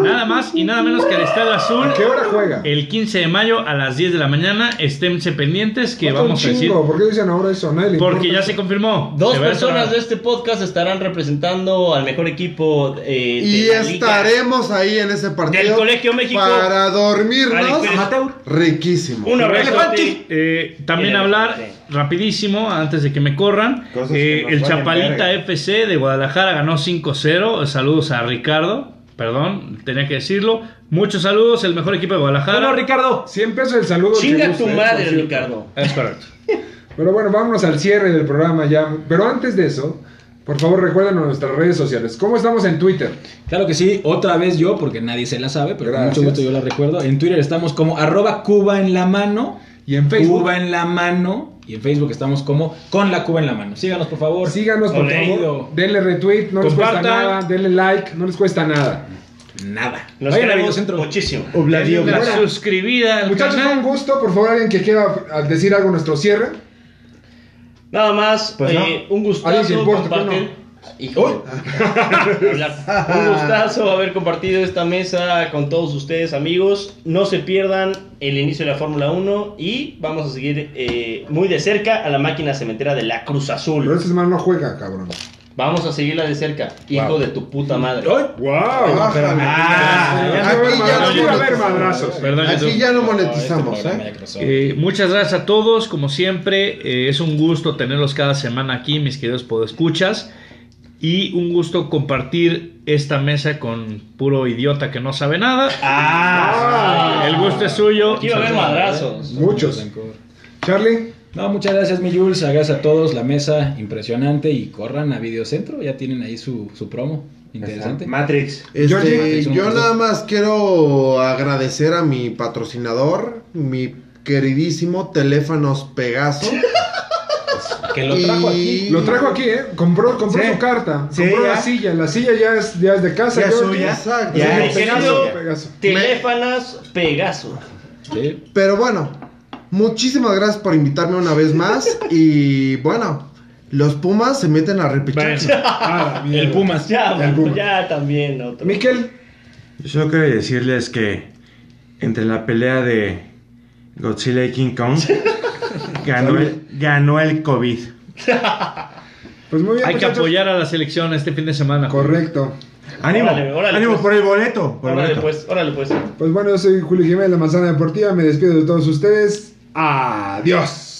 [SPEAKER 5] Nada más y nada menos que al Estadio Azul.
[SPEAKER 2] ¿A qué hora juega?
[SPEAKER 5] El 15 de mayo a las 10 de la mañana, esténse pendientes que
[SPEAKER 2] Falta un
[SPEAKER 5] vamos a decir.
[SPEAKER 2] chingo, ¿Por qué dicen ahora eso? A Nadie le
[SPEAKER 5] Porque ya
[SPEAKER 2] importa.
[SPEAKER 5] se confirmó.
[SPEAKER 3] Dos
[SPEAKER 5] Se va a
[SPEAKER 3] personas
[SPEAKER 5] estar-
[SPEAKER 3] de este podcast estarán representando al mejor equipo eh,
[SPEAKER 7] Y
[SPEAKER 3] de la liga.
[SPEAKER 7] estaremos ahí en ese partido.
[SPEAKER 3] Del Colegio México.
[SPEAKER 7] Para
[SPEAKER 3] Alex
[SPEAKER 7] dormirnos.
[SPEAKER 3] Pérez.
[SPEAKER 7] Riquísimo.
[SPEAKER 3] Un abrazo. a ti.
[SPEAKER 5] Eh, también
[SPEAKER 3] Bien,
[SPEAKER 5] hablar
[SPEAKER 3] sí.
[SPEAKER 5] rapidísimo antes de que me corran.
[SPEAKER 8] Cosas que
[SPEAKER 5] eh,
[SPEAKER 8] nos
[SPEAKER 5] el
[SPEAKER 8] valen
[SPEAKER 5] Chapalita
[SPEAKER 8] verga.
[SPEAKER 5] FC de Guadalajara ganó 5-0. Saludos a Ricardo. Perdón, tenía que decirlo. Muchos saludos, el mejor equipo de Guadalajara.
[SPEAKER 6] Bueno, Ricardo,
[SPEAKER 2] 100 pesos el saludo. que
[SPEAKER 3] Chinga
[SPEAKER 2] guste,
[SPEAKER 3] tu
[SPEAKER 2] ¿eh?
[SPEAKER 3] madre,
[SPEAKER 2] Por cierto.
[SPEAKER 3] Ricardo.
[SPEAKER 5] Es correcto.
[SPEAKER 2] Pero bueno, vámonos al cierre del programa ya. Pero antes de eso, por favor, recuérdanos nuestras redes sociales. ¿Cómo estamos en Twitter?
[SPEAKER 6] Claro que sí, otra vez yo, porque nadie se la sabe, pero
[SPEAKER 2] Gracias.
[SPEAKER 6] con mucho gusto yo la recuerdo. En Twitter estamos como arroba Cuba en la mano,
[SPEAKER 2] Y en Facebook.
[SPEAKER 6] Cuba en la mano, y en Facebook estamos como con la Cuba en la mano. Síganos, por favor.
[SPEAKER 2] Síganos, por
[SPEAKER 3] Ole.
[SPEAKER 2] favor. Denle retweet, no les cuesta
[SPEAKER 5] Compartan.
[SPEAKER 2] nada. Denle like, no les cuesta nada.
[SPEAKER 6] Nada.
[SPEAKER 3] Nos
[SPEAKER 6] Vayan a
[SPEAKER 3] queremos
[SPEAKER 6] Videocentro.
[SPEAKER 3] muchísimo.
[SPEAKER 5] Denle una
[SPEAKER 2] Bueno.
[SPEAKER 5] suscribida al
[SPEAKER 2] Muchachos, fue
[SPEAKER 5] canal.
[SPEAKER 2] un gusto. Por favor, alguien que quiera al decir algo en nuestro cierre.
[SPEAKER 3] Nada más,
[SPEAKER 8] Pues
[SPEAKER 3] eh, un
[SPEAKER 2] Alguien se
[SPEAKER 3] gustazo
[SPEAKER 2] importa,
[SPEAKER 3] compartir.
[SPEAKER 2] ¿cómo
[SPEAKER 3] Hijo. Un gustazo haber compartido esta mesa con todos ustedes, amigos. No se pierdan el inicio de la Fórmula 1 y vamos a seguir eh, muy de cerca a la máquina cementera de la Cruz
[SPEAKER 2] Pero
[SPEAKER 3] Azul.
[SPEAKER 2] esta semana no juega, cabrón.
[SPEAKER 3] Vamos a seguirla de cerca, hijo de tu puta madre.
[SPEAKER 2] ¡Wow!
[SPEAKER 7] Bájale.
[SPEAKER 8] Ah,
[SPEAKER 2] Ya no va a haber madrazos,
[SPEAKER 7] Aquí ya no
[SPEAKER 2] no va a haber
[SPEAKER 7] monetizamos.
[SPEAKER 2] madrazos.
[SPEAKER 5] Perdón,
[SPEAKER 7] Aquí
[SPEAKER 5] YouTube.
[SPEAKER 7] ya no
[SPEAKER 6] Este
[SPEAKER 7] monetizamos,
[SPEAKER 6] programa
[SPEAKER 7] ¿eh?
[SPEAKER 6] ya cruzó.
[SPEAKER 5] Eh, muchas gracias a todos, como siempre, eh, es un gusto tenerlos cada semana aquí, mis queridos podescuchas, y un gusto compartir esta mesa con puro idiota que no sabe nada.
[SPEAKER 2] Ah.
[SPEAKER 5] el gusto es suyo.
[SPEAKER 3] Aquí va a haber madrazos.
[SPEAKER 2] Muchos. Charlie,
[SPEAKER 6] No, muchas gracias, mi Jules. Gracias a todos. La mesa impresionante. Y corran a Videocentro. Ya tienen ahí su, su promo. Interesante.
[SPEAKER 4] Matrix.
[SPEAKER 7] Este,
[SPEAKER 2] Jordi.
[SPEAKER 7] yo nada más quiero agradecer a mi patrocinador, mi queridísimo Teléfonos Pegaso.
[SPEAKER 6] Que lo trajo aquí.
[SPEAKER 7] Y-
[SPEAKER 2] lo trajo aquí, ¿eh? Compró, compró
[SPEAKER 4] Sí.
[SPEAKER 2] su carta.
[SPEAKER 4] Sí,
[SPEAKER 2] compró la
[SPEAKER 4] ya.
[SPEAKER 2] silla. La silla ya es, ya es de casa.
[SPEAKER 4] Ya es
[SPEAKER 2] Jordi.
[SPEAKER 4] suya.
[SPEAKER 7] Exacto.
[SPEAKER 4] Ya
[SPEAKER 2] Sí,
[SPEAKER 4] es
[SPEAKER 2] Pegaso,
[SPEAKER 4] suya.
[SPEAKER 2] Pegaso.
[SPEAKER 3] Teléfonos Pegaso.
[SPEAKER 6] Sí.
[SPEAKER 7] Pero bueno, muchísimas gracias por invitarme una vez más. Y bueno, los Pumas se meten a repechaje.
[SPEAKER 2] Ah, la
[SPEAKER 6] El Pumas.
[SPEAKER 3] Ya,
[SPEAKER 2] El Puma.
[SPEAKER 3] ya también otro.
[SPEAKER 2] Miquel,
[SPEAKER 4] Yo solo quiero decirles que entre la pelea de Godzilla y King Kong ganó el, ganó el COVID.
[SPEAKER 2] pues muy bien.
[SPEAKER 5] Hay que
[SPEAKER 2] muchachos.
[SPEAKER 5] apoyar a la selección este fin de semana.
[SPEAKER 2] Correcto.
[SPEAKER 4] Ánimo,
[SPEAKER 3] Órale, órale,
[SPEAKER 4] ánimo
[SPEAKER 3] pues.
[SPEAKER 4] por el boleto. por el
[SPEAKER 3] Órale
[SPEAKER 4] boleto.
[SPEAKER 3] pues, órale pues.
[SPEAKER 2] Pues bueno, yo soy Julio Jiménez, La Manzana Deportiva. Me despido de todos ustedes. Adiós.